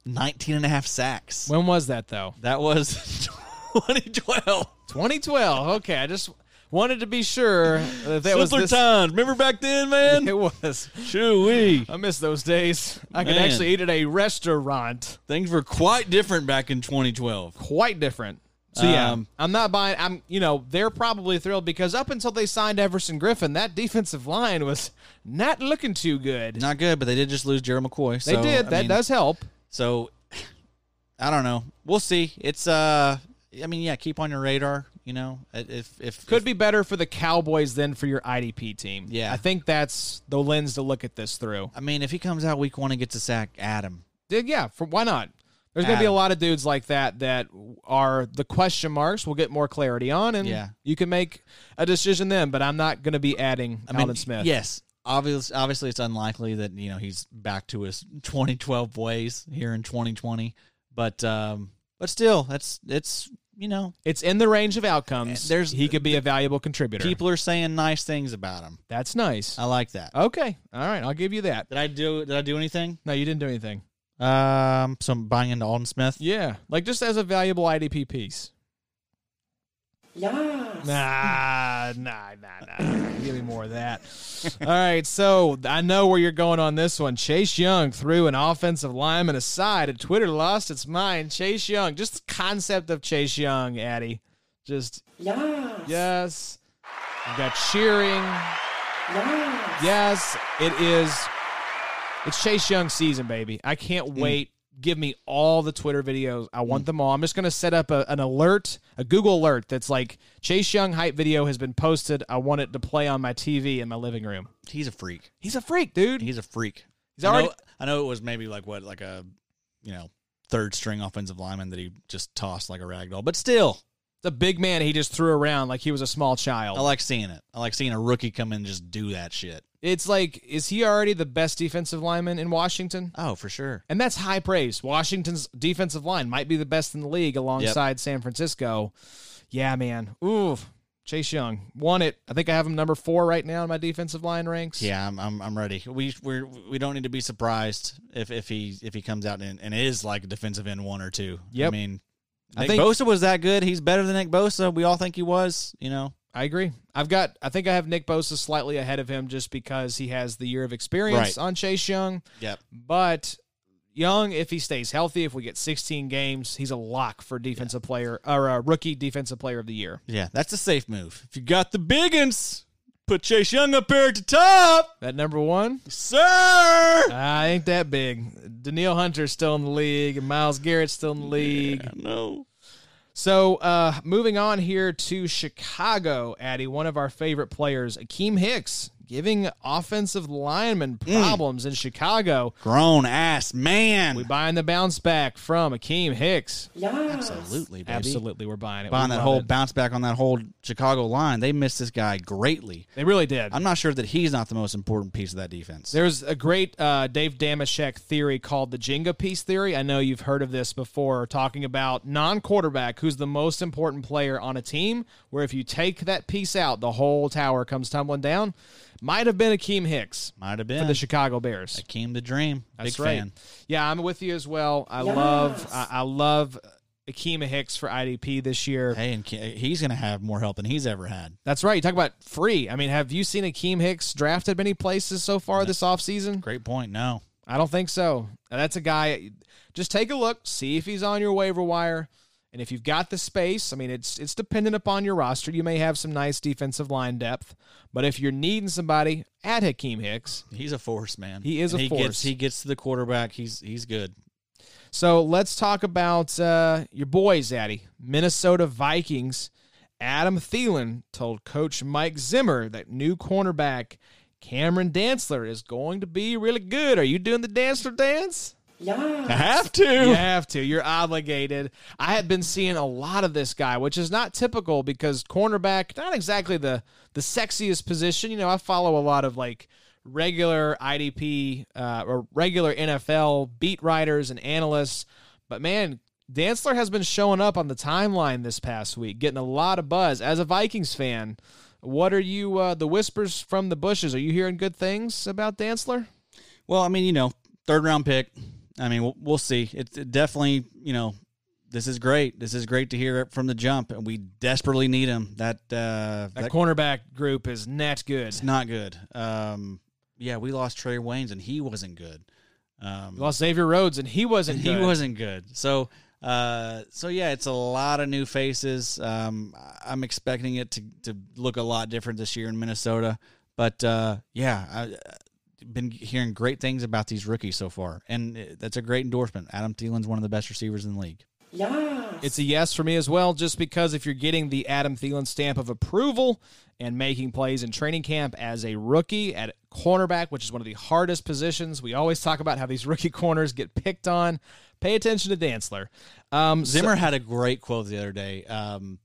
[SPEAKER 3] 19 and a half sacks.
[SPEAKER 2] When was that though?
[SPEAKER 3] that was 2012.
[SPEAKER 2] 2012. Okay, I just wanted to be sure that that was
[SPEAKER 3] Simpler
[SPEAKER 2] this.
[SPEAKER 3] times. Remember back then, man?
[SPEAKER 2] It was.
[SPEAKER 3] Shoo wee.
[SPEAKER 2] I miss those days. I could
[SPEAKER 3] Man.
[SPEAKER 2] actually eat at a restaurant.
[SPEAKER 3] Things were quite different back in 2012.
[SPEAKER 2] Quite different. So yeah,
[SPEAKER 3] Um,
[SPEAKER 2] I'm not buying. I'm you know they're probably thrilled because up until they signed Everson Griffin, that defensive line was not looking too good.
[SPEAKER 3] Not good, but they did just lose Gerald McCoy.
[SPEAKER 2] they
[SPEAKER 3] so,
[SPEAKER 2] did.
[SPEAKER 3] I
[SPEAKER 2] that
[SPEAKER 3] mean,
[SPEAKER 2] does help.
[SPEAKER 3] So I don't know. We'll see. It's uh I mean, yeah, keep on your radar, you know. uh, If if
[SPEAKER 2] Could
[SPEAKER 3] if-
[SPEAKER 2] be better for the Cowboys than for your IDP team.
[SPEAKER 3] Yeah.
[SPEAKER 2] I think that's the lens to look at this through.
[SPEAKER 3] I mean, if he comes out week 1 and gets a sack, Adam.
[SPEAKER 2] Did yeah, for, why not? There's going to be a
[SPEAKER 3] Adam.
[SPEAKER 2] lot of dudes like that that are the question marks. We'll get more clarity on, and
[SPEAKER 3] Yeah.
[SPEAKER 2] you can make a decision then. But I'm not going to be adding
[SPEAKER 3] I mean,
[SPEAKER 2] Alden Smith.
[SPEAKER 3] Yes. Obviously, obviously, it's unlikely that you know he's back to his 2012 ways here in 2020. But um, but still, that's it's you know
[SPEAKER 2] It's in the range of outcomes.
[SPEAKER 3] Uh, there's-
[SPEAKER 2] he could be a valuable contributor.
[SPEAKER 3] people are saying nice things about him.
[SPEAKER 2] That's nice.
[SPEAKER 3] I like that.
[SPEAKER 2] okay, all right, I'll give you that.
[SPEAKER 3] Did I do? Did I do anything?
[SPEAKER 2] No, you didn't do anything.
[SPEAKER 3] Um, so I'm buying into Alden Smith.
[SPEAKER 2] Yeah, like just as a valuable IDP piece. Nah, nah, nah, nah. Give me more of that. All right, so I know where you're going on this one. Chase Young threw an offensive lineman aside, and Twitter lost its mind. Chase Young, just the concept of Chase Young, Addy. Just yes, yes. You got cheering. Yes, it is. It's Chase Young season, baby. I can't
[SPEAKER 3] Mm.
[SPEAKER 2] wait. Give me all the Twitter videos. I want them all. I'm just going to set up a, an alert, a Google alert that's like Chase Young hype video has been posted. I want it to play on my TV in my living room.
[SPEAKER 3] He's a freak.
[SPEAKER 2] He's a freak, dude.
[SPEAKER 3] He's a freak.
[SPEAKER 2] He's
[SPEAKER 3] I know-
[SPEAKER 2] already-
[SPEAKER 3] I know it was maybe like what like a you know third string offensive lineman that he just tossed like a rag doll. But still,
[SPEAKER 2] It's a big man he just threw around like he was a small
[SPEAKER 3] I
[SPEAKER 2] child.
[SPEAKER 3] like seeing it. I like seeing a rookie come in and just do that shit.
[SPEAKER 2] It's like, is he already the best defensive lineman in Washington?
[SPEAKER 3] Oh, for sure.
[SPEAKER 2] And that's high praise. Washington's defensive line might be the best in the league alongside San Francisco. Yeah, man. Ooh, Chase Young won it. I think I have him number four right now in my defensive line ranks.
[SPEAKER 3] Yeah, I'm, I'm I'm ready. We we're we don't need to be surprised if if he if he comes out and, and is like a defensive end one or two. I
[SPEAKER 2] Yep.
[SPEAKER 3] mean,
[SPEAKER 2] I
[SPEAKER 3] Nick
[SPEAKER 2] think-
[SPEAKER 3] Bosa was that good. He's better than Nick Bosa. We all think he was. You know,
[SPEAKER 2] I agree. I've got. I think I have Nick Bosa slightly ahead of him just because he has the year of experience
[SPEAKER 3] Right.
[SPEAKER 2] on Chase Young.
[SPEAKER 3] Yep.
[SPEAKER 2] But Young, if he stays healthy, if we get 16 games, he's a lock for defensive player or uh, rookie defensive player of the year.
[SPEAKER 3] Yeah, that's a safe move. If you got the biggins, put Chase Young up there at the top,
[SPEAKER 2] That number one. I
[SPEAKER 3] sir.
[SPEAKER 2] Ah, ain't that big. Daniil Hunter's still in the league, and Miles Garrett's still in the league.
[SPEAKER 3] No.
[SPEAKER 2] So, uh, moving on here to Chicago, Addy, one of our favorite players, Akeem Hicks, giving offensive lineman
[SPEAKER 3] Mm.
[SPEAKER 2] problems in Chicago.
[SPEAKER 3] Grown ass man.
[SPEAKER 2] We buying the bounce back from Akeem Hicks.
[SPEAKER 3] absolutely, baby.
[SPEAKER 2] Absolutely, we're buying it. We
[SPEAKER 3] Buying that
[SPEAKER 2] love
[SPEAKER 3] whole
[SPEAKER 2] it.
[SPEAKER 3] bounce back on that whole Chicago line. They missed this guy greatly.
[SPEAKER 2] They really did.
[SPEAKER 3] I'm not sure that he's not the most important piece of that defense.
[SPEAKER 2] There's a great uh, Dave Damashek theory called the Jenga piece theory. I know you've heard of this before, talking about non quarterback, who's the most important player on a team, where if you take that piece out, the whole tower comes tumbling down. Might have been Akeem Hicks
[SPEAKER 3] Might have
[SPEAKER 2] for
[SPEAKER 3] been.
[SPEAKER 2] the Chicago Bears.
[SPEAKER 3] Came the dream.
[SPEAKER 2] That's
[SPEAKER 3] Big
[SPEAKER 2] right.
[SPEAKER 3] fan.
[SPEAKER 2] Yeah, I'm with you as well. I love I, I love Akeem Hicks for IDP this year.
[SPEAKER 3] Hey, and Ke- he's going to have more help than he's ever had.
[SPEAKER 2] That's right. You talk about free. I mean, have you seen Akeem Hicks drafted many places so far this offseason?
[SPEAKER 3] Great point. No.
[SPEAKER 2] I don't think so. And That's a guy. Just take a look, see if he's on your waiver wire. And if you've got the space, I mean, it's it's dependent upon your roster. You may have some nice defensive line depth, but if you're needing somebody, add Hakeem Hicks.
[SPEAKER 3] He's a force, man.
[SPEAKER 2] He is
[SPEAKER 3] And
[SPEAKER 2] a
[SPEAKER 3] he
[SPEAKER 2] force.
[SPEAKER 3] Gets, he gets to the quarterback. He's he's good.
[SPEAKER 2] So let's talk about uh, your boys, Addy. Minnesota Vikings. Adam Thielen told Coach Mike Zimmer that new cornerback Cameron Dantzler is going to be really good. Are you doing the Dantzler dance?
[SPEAKER 3] I
[SPEAKER 1] Yeah.
[SPEAKER 3] have to.
[SPEAKER 2] You have to. You're obligated. I have been seeing a lot of this guy, which is not typical because cornerback, not exactly the the sexiest position. You know, I follow a lot of like regular IDP uh, or regular NFL beat writers and analysts, but man, Dantzler has been showing up on the timeline this past week, getting a lot of buzz. As a Vikings fan, what are you? Uh, the whispers from the bushes. Are you hearing good things about Dantzler?
[SPEAKER 3] Well, I mean, you know, third round pick. I mean, we'll, we'll see. It's it definitely, you know, this is great. This is great to hear it from the jump, and we desperately need him. That uh,
[SPEAKER 2] That
[SPEAKER 3] that
[SPEAKER 2] cornerback group is net good.
[SPEAKER 3] it's not good. Um, yeah, we lost Trey Waynes, and he wasn't good. Um,
[SPEAKER 2] We lost Xavier Rhodes, and he wasn't.
[SPEAKER 3] and
[SPEAKER 2] good.
[SPEAKER 3] he wasn't good. So, uh, so yeah, it's a lot of new faces. Um, I- I'm expecting it to to look a lot different this year in Minnesota. But uh, yeah, I- I've been hearing great things about these rookies so far, and it- that's a great endorsement. Adam Thielen's one of the best receivers in the league.
[SPEAKER 1] Yeah.
[SPEAKER 2] It's a yes for me as well, just because if you're getting the Adam Thielen stamp of approval and making plays in training camp as a rookie at cornerback, which is one of the hardest positions, we always talk about how these rookie corners get picked on. Pay attention to Dantzler. Um, so-
[SPEAKER 3] Zimmer had a great quote the other day. Um,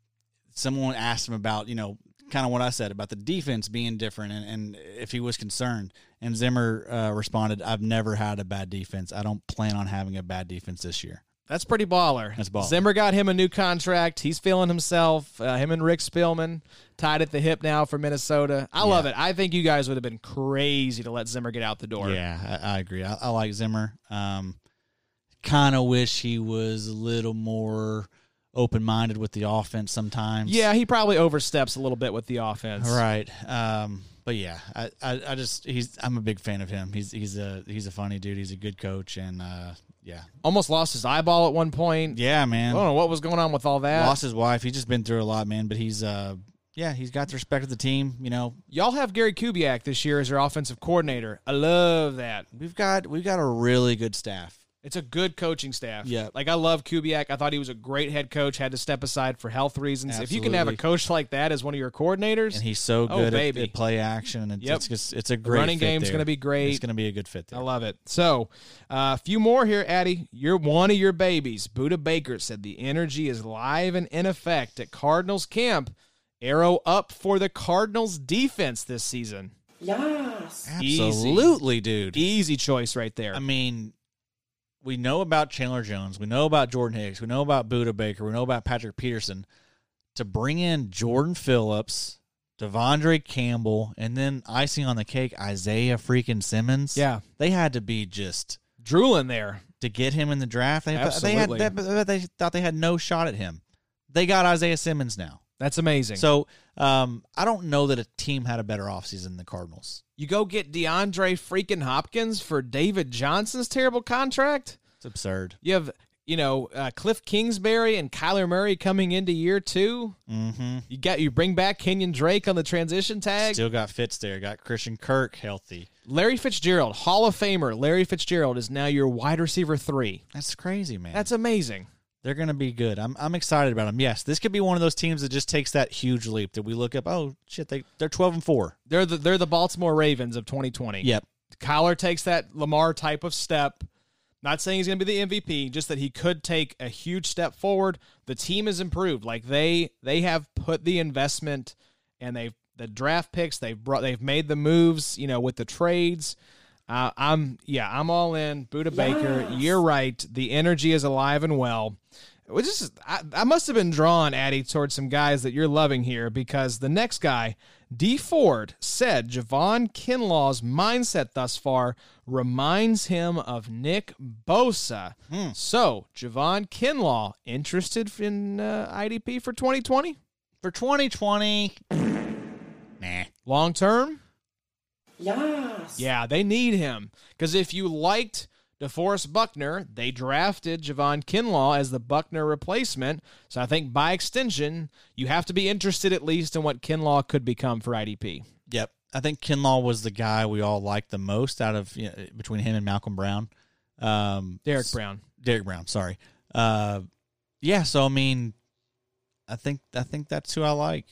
[SPEAKER 3] someone asked him about, you know, kind of what I said about the defense being different and, and if he was concerned. And Zimmer uh, responded, I've never had a bad defense. I don't plan on having a bad defense this year.
[SPEAKER 2] That's pretty baller.
[SPEAKER 3] That's baller.
[SPEAKER 2] Zimmer got him a new contract. He's feeling himself. Uh, him and Rick Spielman tied at the hip now for Minnesota. I love it. I think you guys would have been crazy to let Zimmer get out the door.
[SPEAKER 3] Yeah, I, I agree. I, I like Zimmer. Um, kind of wish he was a little more open minded with the offense sometimes.
[SPEAKER 2] Yeah, he probably oversteps a little bit with the offense.
[SPEAKER 3] Right. Um, but yeah, I, I, I just he's I'm a big fan of him. He's he's a he's a funny dude. He's a good coach, and uh, yeah,
[SPEAKER 2] Almost lost his eyeball at one point.
[SPEAKER 3] yeah, man.
[SPEAKER 2] I don't know what was going on with all that.
[SPEAKER 3] Lost his wife. He's just been through a lot, man. But he's uh, yeah, he's got the respect of the team. You know,
[SPEAKER 2] Y'all have Gary Kubiak this year as your offensive coordinator. I love that.
[SPEAKER 3] we've got we've got a really good staff.
[SPEAKER 2] It's a good coaching staff.
[SPEAKER 3] Yeah.
[SPEAKER 2] Like I love Kubiak. I thought he was a great head coach, had to step aside for health reasons. If you can have a
[SPEAKER 3] Absolutely.
[SPEAKER 2] coach like that as one of your
[SPEAKER 3] And
[SPEAKER 2] coordinators,
[SPEAKER 3] he's so
[SPEAKER 2] Oh,
[SPEAKER 3] good at,
[SPEAKER 2] baby.
[SPEAKER 3] at play action, and it's
[SPEAKER 2] Yep.
[SPEAKER 3] it's, just, it's a great
[SPEAKER 2] running
[SPEAKER 3] fit
[SPEAKER 2] game's
[SPEAKER 3] there.
[SPEAKER 2] gonna be great.
[SPEAKER 3] It's going to be a good fit there.
[SPEAKER 2] I love it. So, uh, a few more here, Addy. You're one of your babies. Buddha Baker said the energy is live and in effect at Cardinals camp. Arrow up for the Cardinals defense this season.
[SPEAKER 1] Yes.
[SPEAKER 2] Easy.
[SPEAKER 3] Absolutely, dude.
[SPEAKER 2] Easy choice right there.
[SPEAKER 3] I mean, we know about Chandler Jones. We know about Jordan Hicks. We know about Buda Baker. We know about Patrick Peterson. To bring in Jordan Phillips, Devondre Campbell, and then icing on the cake, Isaiah freaking Simmons.
[SPEAKER 2] Yeah.
[SPEAKER 3] They had to be just
[SPEAKER 2] Drooling there.
[SPEAKER 3] to get him in the draft. They,
[SPEAKER 2] Absolutely.
[SPEAKER 3] They, had, they, they thought they had no shot at him. They got Isaiah Simmons now.
[SPEAKER 2] That's amazing.
[SPEAKER 3] So um, I don't know that a team had a better offseason than the Cardinals.
[SPEAKER 2] You go get DeAndre freaking Hopkins for David Johnson's terrible contract.
[SPEAKER 3] It's absurd.
[SPEAKER 2] You have, you know, uh, Cliff Kingsbury and Kyler Murray coming into year two.
[SPEAKER 3] Mm-hmm.
[SPEAKER 2] You got you bring back Kenyon Drake on the transition tag.
[SPEAKER 3] Still got Fitz there. Got Christian Kirk healthy.
[SPEAKER 2] Larry Fitzgerald, Hall of Famer Larry Fitzgerald is now your wide receiver three.
[SPEAKER 3] That's crazy, man.
[SPEAKER 2] That's amazing.
[SPEAKER 3] They're going to be good. I'm, I'm excited about them. Yes, this could be one of those teams that just takes that huge leap that we look up. Oh shit, they they're 12 and four.
[SPEAKER 2] They're the they're the Baltimore Ravens of 2020.
[SPEAKER 3] Yep.
[SPEAKER 2] Kyler takes that Lamar type of step. Not saying he's going to be the MVP, just that he could take a huge step forward. The team has improved. Like they they have put the investment and they've the draft picks, they've brought they've made the moves, you know, with the trades. Uh, I'm yeah, I'm all in. Buda Baker, you're right. The energy is alive and well. Which is I, I must have been drawn, Addy, towards some guys that you're loving here because the next guy, D Ford, said Javon Kinlaw's mindset thus far reminds him of Nick Bosa. So Javon Kinlaw interested in uh, IDP for 2020
[SPEAKER 3] For 2020, nah.
[SPEAKER 2] long term.
[SPEAKER 1] Yes.
[SPEAKER 2] Yeah, they need him because if you liked DeForest Buckner, they drafted Javon Kinlaw as the Buckner replacement. So I think by extension, you have to be interested at least in what Kinlaw could become for IDP.
[SPEAKER 3] Yep. I think Kinlaw was the guy we all liked the most out of you know, between him and Malcolm Brown. Um,
[SPEAKER 2] Derek Brown.
[SPEAKER 3] Derek Brown, sorry. Uh, yeah, so I mean I think I think that's who I like.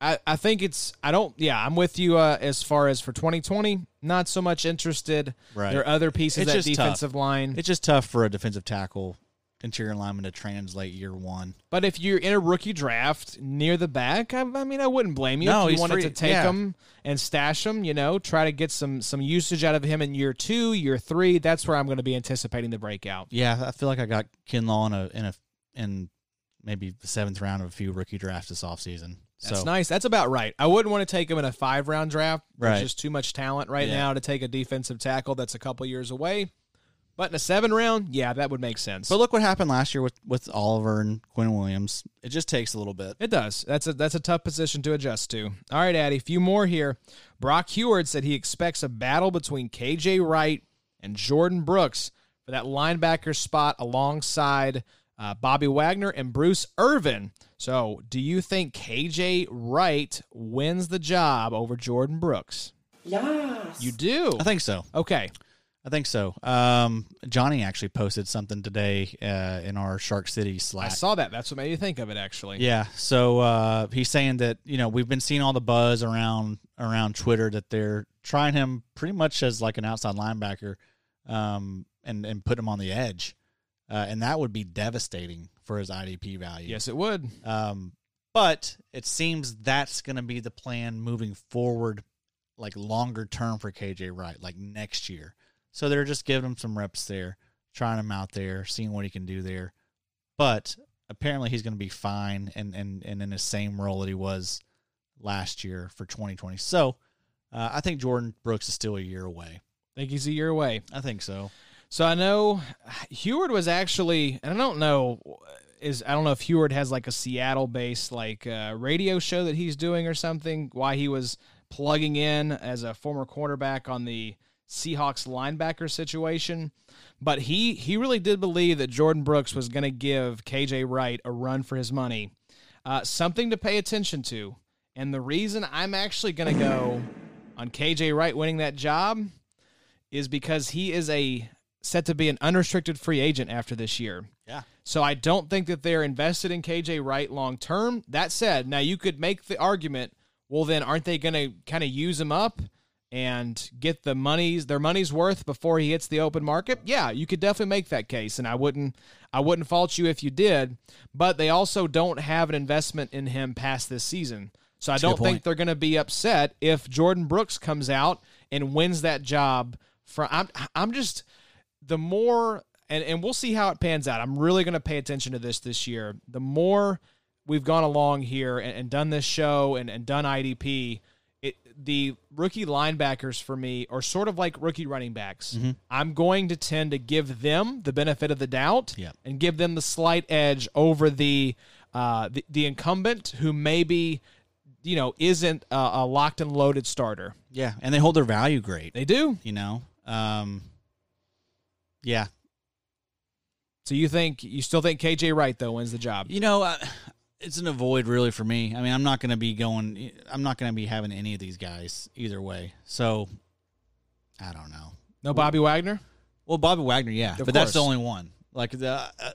[SPEAKER 2] I, I think it's I don't yeah I'm with you uh, as far as for 2020 not so much interested
[SPEAKER 3] Right.
[SPEAKER 2] there are other pieces
[SPEAKER 3] It's
[SPEAKER 2] that
[SPEAKER 3] just tough.
[SPEAKER 2] defensive line
[SPEAKER 3] It's just tough for a defensive tackle interior lineman to translate year one.
[SPEAKER 2] but if you're in a rookie draft near the back I, I mean I wouldn't blame you
[SPEAKER 3] No,
[SPEAKER 2] if you
[SPEAKER 3] he's
[SPEAKER 2] wanted
[SPEAKER 3] free.
[SPEAKER 2] to take
[SPEAKER 3] Yeah.
[SPEAKER 2] him and stash him you know try to get some some usage out of him in year two year three that's where I'm going to be anticipating the breakout
[SPEAKER 3] Yeah, I feel like I got Kinlaw in a in a in maybe the seventh round of a few rookie drafts this offseason.
[SPEAKER 2] that's
[SPEAKER 3] so
[SPEAKER 2] nice that's about right I wouldn't want to take him in a five round draft
[SPEAKER 3] Right.
[SPEAKER 2] there's just too much talent right
[SPEAKER 3] Yeah.
[SPEAKER 2] now to take a defensive tackle that's a couple years away but in a seven round yeah that would make sense
[SPEAKER 3] But look what happened last year with, with Oliver and Quinn Williams. It just takes a little bit.
[SPEAKER 2] It does. That's a that's a tough position to adjust to. All right, Addy, a few more here. Brock Heward said he expects a battle between KJ Wright and Jordan Brooks for that linebacker spot alongside uh, Bobby Wagner and Bruce Irvin. So, do you think KJ Wright wins the job over Jordan Brooks?
[SPEAKER 1] Yes.
[SPEAKER 2] You do.
[SPEAKER 3] I think so.
[SPEAKER 2] okay.
[SPEAKER 3] I think so. Um, Johnny actually posted something today uh, in our Shark City
[SPEAKER 2] I
[SPEAKER 3] Slack.
[SPEAKER 2] saw that. That's what made me think of it actually.
[SPEAKER 3] Yeah. So uh, he's saying that you know we've been seeing all the buzz around around Twitter that they're trying him pretty much as like an outside linebacker, um, and and put him on the edge, uh, and that would be devastating for his IDP value.
[SPEAKER 2] Yes, it would.
[SPEAKER 3] Um, but it seems that's going to be the plan moving forward, like longer term for KJ Wright, like next year. So they're just giving him some reps there, trying him out there, seeing what he can do there. But apparently he's going to be fine and, and, and in the same role that he was last year for 2020. So uh, I think Jordan Brooks is still a year away.
[SPEAKER 2] think he's a year away.
[SPEAKER 3] I think so.
[SPEAKER 2] So I know Heward was actually, and I don't know is I don't know if Heward has like a Seattle based like uh, radio show that he's doing or something. Why he was plugging in as a former cornerback on the Seahawks linebacker situation, but he he really did believe that Jordan Brooks was going to give KJ Wright a run for his money. Uh, something to pay attention to, and the reason I'm actually going to go on KJ Wright winning that job is because he is a set to be an unrestricted free agent after this year.
[SPEAKER 3] Yeah.
[SPEAKER 2] So I don't think that they're invested in KJ Wright long term. That said, now you could make the argument, well then aren't they going to kind of use him up and get the money's their money's worth before he hits the open market? Yeah, you could definitely make that case and I wouldn't I wouldn't fault you if you did, but they also don't have an investment in him past this season. So I
[SPEAKER 3] a good
[SPEAKER 2] don't think
[SPEAKER 3] point.
[SPEAKER 2] they're going to be upset if Jordan Brooks comes out and wins that job from I'm I'm just the more and, and we'll see how it pans out. I'm really going to pay attention to this this year. The more we've gone along here and, and done this show and, and done IDP, it, the rookie linebackers for me are sort of like rookie running backs. I'm going to tend to give them the benefit of the doubt
[SPEAKER 3] Yep.
[SPEAKER 2] and give them the slight edge over the uh, the, the incumbent who maybe you know isn't a, a locked and loaded starter.
[SPEAKER 3] Yeah. And they hold their value great,
[SPEAKER 2] They do.
[SPEAKER 3] you know? Um, yeah.
[SPEAKER 2] So you think you still think KJ Wright though wins the job?
[SPEAKER 3] You know, uh, it's an avoid really for me. I mean, I'm not going to be going. I'm not going to be having any of these guys either way. So, I don't know.
[SPEAKER 2] No Bobby Wagner.
[SPEAKER 3] Well, Bobby Wagner, yeah,
[SPEAKER 2] Of
[SPEAKER 3] but that's the
[SPEAKER 2] course.
[SPEAKER 3] only one. Like the uh,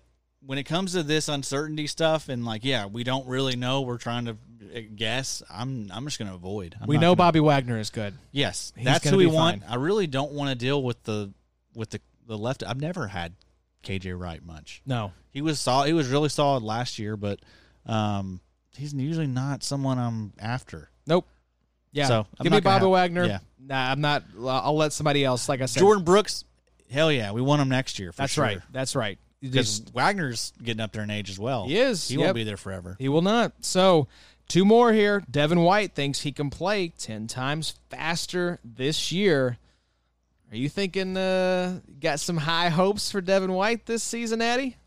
[SPEAKER 3] when it comes to this uncertainty stuff, and like, yeah, we don't really know. We're trying to uh, guess. I'm I'm just going to avoid. I'm
[SPEAKER 2] we
[SPEAKER 3] not
[SPEAKER 2] know
[SPEAKER 3] gonna-
[SPEAKER 2] Bobby Wagner is good.
[SPEAKER 3] Yes,
[SPEAKER 2] He's
[SPEAKER 3] that's
[SPEAKER 2] gonna
[SPEAKER 3] who we
[SPEAKER 2] be
[SPEAKER 3] want. I really don't want to deal with the with the the left. I've never had KJ Wright much.
[SPEAKER 2] No.
[SPEAKER 3] He was solid. He was really solid last year, but um, he's usually not someone I'm after.
[SPEAKER 2] Nope. Yeah.
[SPEAKER 3] So, I'm
[SPEAKER 2] Give me
[SPEAKER 3] not gonna
[SPEAKER 2] Bobby
[SPEAKER 3] have-
[SPEAKER 2] Wagner.
[SPEAKER 3] yeah.
[SPEAKER 2] Nah, I'm not. I'll let somebody else. Like I said,
[SPEAKER 3] Jordan Brooks, hell yeah, we want him next year. For
[SPEAKER 2] That's
[SPEAKER 3] sure.
[SPEAKER 2] right. That's right. You
[SPEAKER 3] Because
[SPEAKER 2] just-
[SPEAKER 3] Wagner's getting up there in age as well.
[SPEAKER 2] He is,
[SPEAKER 3] He
[SPEAKER 2] yep.
[SPEAKER 3] won't be there forever.
[SPEAKER 2] he will not. So two more here. Devin White thinks he can play ten times faster this year. Are you thinking? Uh, got some high hopes for Devin White this season, Addy?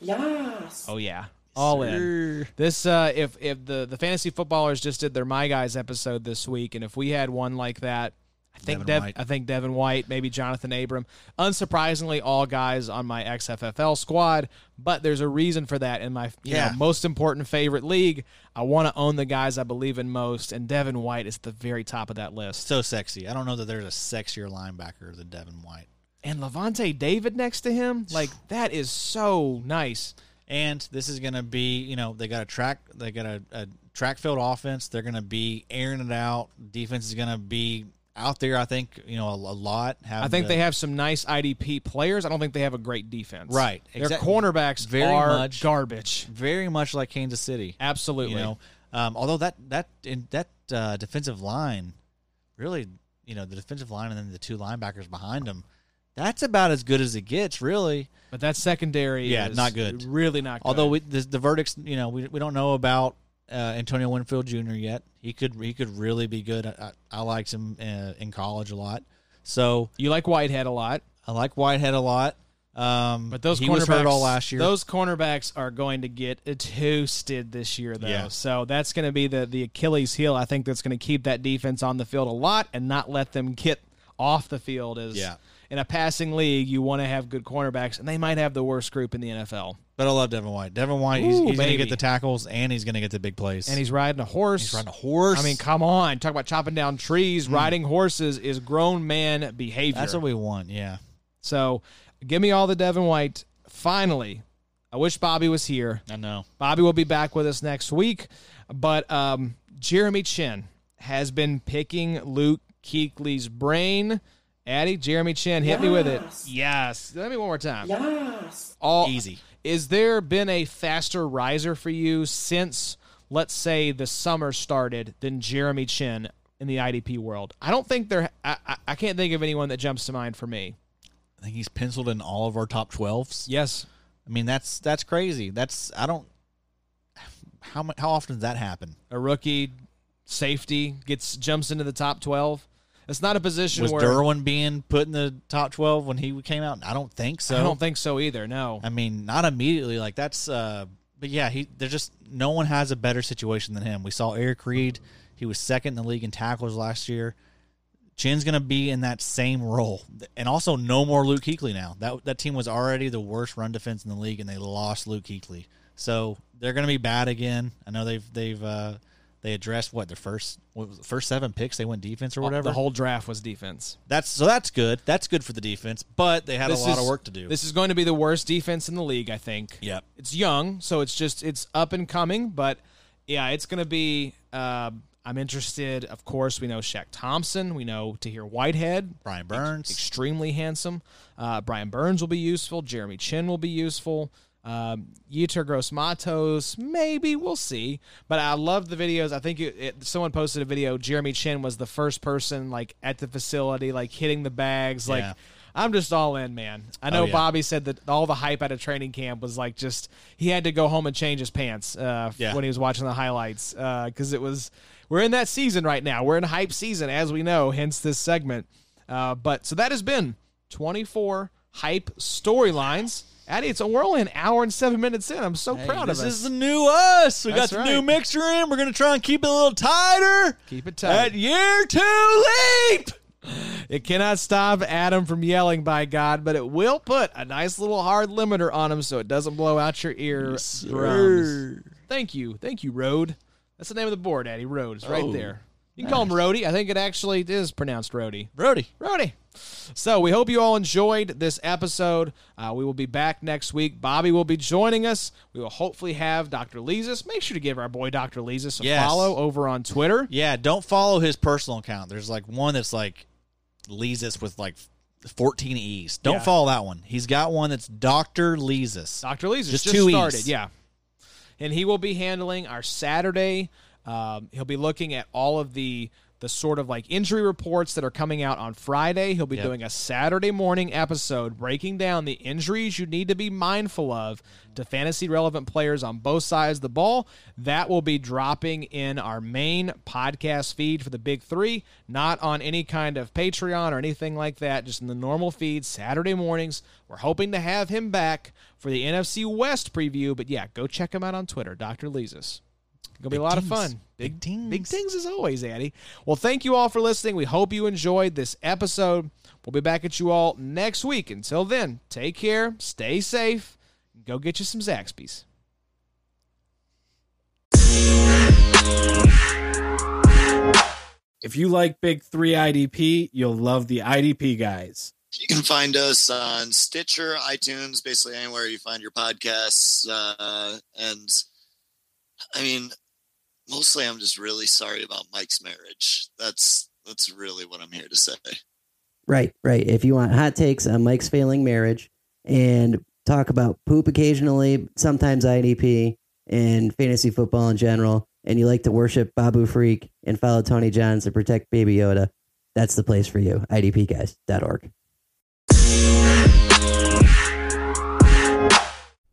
[SPEAKER 1] Yes.
[SPEAKER 2] Oh yeah, all in.
[SPEAKER 3] Sir.
[SPEAKER 2] This uh, if if the the fantasy footballers just did their my guys episode this week, and if we had one like that, I think
[SPEAKER 3] Devin
[SPEAKER 2] Dev,
[SPEAKER 3] White.
[SPEAKER 2] I think Devin White, maybe Jonathan Abram. Unsurprisingly, all guys on my XFFL squad, but there's a reason for that in my you
[SPEAKER 3] Yeah.
[SPEAKER 2] know, most important favorite league. I want to own the guys I believe in most, and Devin White is the very top of that list.
[SPEAKER 3] So sexy. I don't know that there's a sexier linebacker than Devin White.
[SPEAKER 2] And Levante David next to him, like that is so nice.
[SPEAKER 3] And this is going to be, you know, they got a track, they got a, a track field offense. They're going to be airing it out. Defense is going to be out there. I think, you know, a, a lot.
[SPEAKER 2] I think they have some nice IDP players. I don't think they have a great defense.
[SPEAKER 3] Right,
[SPEAKER 2] Their
[SPEAKER 3] exact-
[SPEAKER 2] cornerbacks
[SPEAKER 3] very
[SPEAKER 2] are
[SPEAKER 3] much.
[SPEAKER 2] garbage.
[SPEAKER 3] very much like Kansas City.
[SPEAKER 2] Absolutely.
[SPEAKER 3] You know, um, although that that in that uh, defensive line, really, you know, the defensive line and then the two linebackers behind them, that's about as good as it gets, really.
[SPEAKER 2] but that secondary
[SPEAKER 3] Yeah,
[SPEAKER 2] is
[SPEAKER 3] not good.
[SPEAKER 2] Really not good.
[SPEAKER 3] Although we, the, the verdicts, you know, we, we don't know about uh, Antonio Winfield Jr. yet. He could he could really be good. I, I, I liked him uh, in college a lot, so
[SPEAKER 2] you like Whitehead a lot.
[SPEAKER 3] I like Whitehead a lot. Um,
[SPEAKER 2] But those
[SPEAKER 3] he
[SPEAKER 2] cornerbacks
[SPEAKER 3] was hurt all last year.
[SPEAKER 2] Those cornerbacks are going to get toasted this year, though.
[SPEAKER 3] Yeah.
[SPEAKER 2] So that's going to be the the Achilles heel. I think that's going to keep that defense on the field a lot and not let them get off the field. Is
[SPEAKER 3] Yeah.
[SPEAKER 2] In a passing league, you want to have good cornerbacks, and they might have the worst group in the NFL.
[SPEAKER 3] but I love Devin White. Devin White, he's,
[SPEAKER 2] Ooh,
[SPEAKER 3] he's going to
[SPEAKER 2] baby.
[SPEAKER 3] get the tackles and he's going to get the big plays.
[SPEAKER 2] And he's riding a horse.
[SPEAKER 3] he's riding a horse.
[SPEAKER 2] I mean, come on. Talk about chopping down trees. Riding horses is grown man behavior.
[SPEAKER 3] Mm. that's what we want. Yeah.
[SPEAKER 2] so give me all the Devin White. Finally, I wish Bobby was here.
[SPEAKER 3] I know.
[SPEAKER 2] Bobby will be back with us next week. But um, Jeremy Chin has been picking Luke Keekley's brain. Addy, Jeremy Chin, hit me with it. Yes. Let me one more time.
[SPEAKER 1] Yes.
[SPEAKER 2] All
[SPEAKER 3] Easy.
[SPEAKER 2] Is there been a faster riser for you since, let's say, the summer started than Jeremy Chin in the IDP world? I don't think there. I, I, I can't think of anyone that jumps to mind for me.
[SPEAKER 3] I think he's penciled in all of our top 12s.
[SPEAKER 2] Yes.
[SPEAKER 3] I mean, that's that's crazy. That's I don't how mu- how often does that happen?
[SPEAKER 2] a rookie safety gets jumps into the top 12 it's not a position
[SPEAKER 3] Was
[SPEAKER 2] where
[SPEAKER 3] Derwin being put in the top 12 when he came out? I don't think so.
[SPEAKER 2] i don't think so either no
[SPEAKER 3] I mean, not immediately. Like that's uh but yeah, he there's just no one has a better situation than him. We saw Eric Reed, he was second in the league in tackles last year. Chin's gonna be in that same role. And also no more Luke Kuechly now. That that team was already the worst run defense in the league and they lost Luke Kuechly. So they're gonna be bad again. I know they've they've uh they addressed what their first what was it, first seven picks they went defense or whatever.
[SPEAKER 2] Oh, the whole draft was defense
[SPEAKER 3] that's so that's good. That's good for the defense, but they had a
[SPEAKER 2] This
[SPEAKER 3] lot
[SPEAKER 2] is-
[SPEAKER 3] of work to do.
[SPEAKER 2] this is going to be the worst defense in the league i think
[SPEAKER 3] Yep.
[SPEAKER 2] it's young so it's just it's up and coming but yeah it's going to be uh, i'm interested of course we know Shaq thompson we know to hear whitehead
[SPEAKER 3] Brian Burns.
[SPEAKER 2] extremely handsome. Uh, Brian Burns will be useful. Jeremy Chin will be useful. Um, Yeter Gross Matos, maybe we'll see. But I love the videos. I think it, it, someone posted a video. Jeremy Chin was the first person like at the facility, like hitting the bags. Like
[SPEAKER 3] Yeah. Oh,
[SPEAKER 2] I'm just all in, man. I know
[SPEAKER 3] yeah.
[SPEAKER 2] Bobby said that all the hype out of training camp was like just he had to go home and change his pants uh,
[SPEAKER 3] Yeah.
[SPEAKER 2] when he was watching the highlights because it was we're in that season right now. We're in hype season, as we know, hence this segment. Uh, but so that has been 24 hype storylines. Addy, it's we're only an hour and seven minutes in. I'm so proud
[SPEAKER 3] this
[SPEAKER 2] of us.
[SPEAKER 3] is the new us. We
[SPEAKER 2] That's
[SPEAKER 3] got the
[SPEAKER 2] right.
[SPEAKER 3] new mixer in. We're gonna try and keep it a little tighter.
[SPEAKER 2] Keep it
[SPEAKER 3] At
[SPEAKER 2] tight.
[SPEAKER 3] year two leap.
[SPEAKER 2] It cannot stop Adam from yelling, by God, but it will put a nice little hard limiter on him so it doesn't blow out your ear. drums. Thank you. Thank you, Road. That's the name of the board, Addy. Road. It's right
[SPEAKER 3] Oh,
[SPEAKER 2] there. You can call him Roadie. I think it actually is pronounced Roadie.
[SPEAKER 3] Brody.
[SPEAKER 2] Roadie. So we hope you all enjoyed this episode. Uh, we will be back next week. Bobby will be joining us. We will hopefully have Dr. Leesus. Make sure to give our boy Dr. Leesus a
[SPEAKER 3] Yes.
[SPEAKER 2] follow over on Twitter.
[SPEAKER 3] Yeah, don't follow his personal account. There's like one that's like Leesus with like 14 E's. Don't
[SPEAKER 2] Yeah.
[SPEAKER 3] follow that one. He's got one that's Doctor Leesus.
[SPEAKER 2] Dr. Leesus just,
[SPEAKER 3] Just two E's.
[SPEAKER 2] started. Yeah. And he will be handling our Saturday. Um, he'll be looking at all of the the sort of like injury reports that are coming out on Friday. He'll be
[SPEAKER 3] Yep.
[SPEAKER 2] doing a Saturday morning episode breaking down the injuries you need to be mindful of to fantasy relevant players on both sides of the ball. That will be dropping in our main podcast feed for the Big 3, not on any kind of Patreon or anything like that, just in the normal feed Saturday mornings. We're hoping to have him back for the NFC West preview, but yeah, go check him out on Twitter, Dr. Leesus. Gonna be a lot of
[SPEAKER 3] things.
[SPEAKER 2] fun.
[SPEAKER 3] Big things.
[SPEAKER 2] Big things as always, Addy. Well, thank you all for listening. We hope you enjoyed this episode. We'll be back at you all next week. Until then, take care, stay safe, and go get you some Zaxby's.
[SPEAKER 4] If you like Big Three IDP, you'll love the IDP guys.
[SPEAKER 5] You can find us on Stitcher, iTunes, basically anywhere you find your podcasts. Uh, and I mean, mostly I'm just really sorry about Mike's marriage. That's that's really what I'm here to say.
[SPEAKER 6] Right, right. If you want hot takes on Mike's failing marriage and talk about poop occasionally, sometimes IDP and fantasy football in general, and you like to worship Babu Freak and follow Tony Johns to protect Baby Yoda, that's the place for you. IDPguys.org.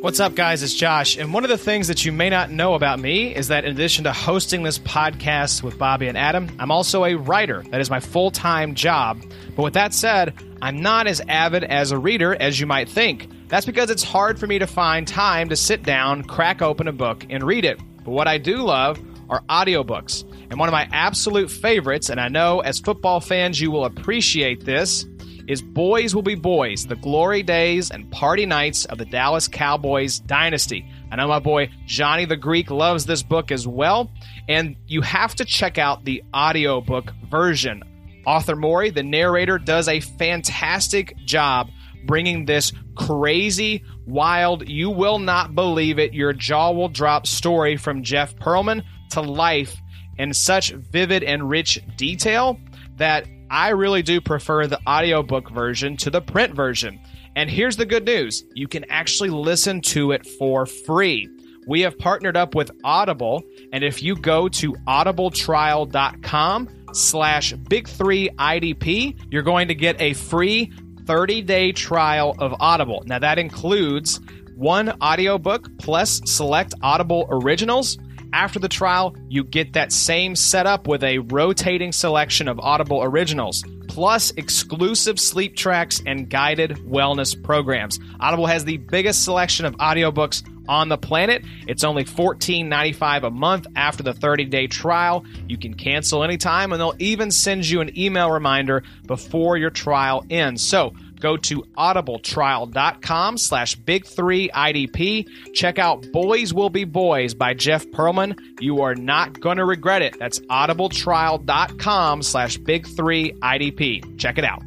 [SPEAKER 2] What's up, guys? It's Josh. And one of the things that you may not know about me is that in addition to hosting this podcast with Bobby and Adam, I'm also a writer. That is my full time job. But with that said, I'm not as avid as a reader as you might think. That's because it's hard for me to find time to sit down, crack open a book, and read it. But what I do love are audiobooks. And one of my absolute favorites, and I know as football fans you will appreciate this, is Boys Will Be Boys, the glory days and party nights of the Dallas Cowboys dynasty. I know my boy Johnny the Greek loves this book as well, and you have to check out the audiobook version. Arthur Morey, the narrator, does a fantastic job bringing this crazy, wild, you will not believe it, your jaw will drop story from Jeff Perlman to life in such vivid and rich detail that I really do prefer the audiobook version to the print version. And here's the good news you can actually listen to it for free. We have partnered up with Audible, and if you go to audibletrial.com slash big three IDP, you're going to get a free 30 day trial of Audible. Now, that includes one audiobook plus select Audible originals. After the trial, you get that same setup with a rotating selection of Audible originals, plus exclusive sleep tracks and guided wellness programs. Audible has the biggest selection of audiobooks on the planet. It's only $14.95 a month after the 30 day trial. You can cancel anytime, and they'll even send you an email reminder before your trial ends. So, go to audibletrial.com slash big three idp check out boys will be boys by jeff perlman you are not going to regret it that's audibletrial.com slash big three idp check it out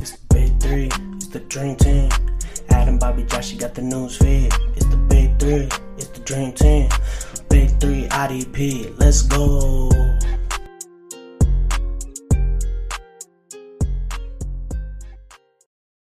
[SPEAKER 1] It's the big three. It's the dream team. Adam, Bobby, Josh, you got the news feed. It's the big three. It's the dream team. Big three IDP. Let's go.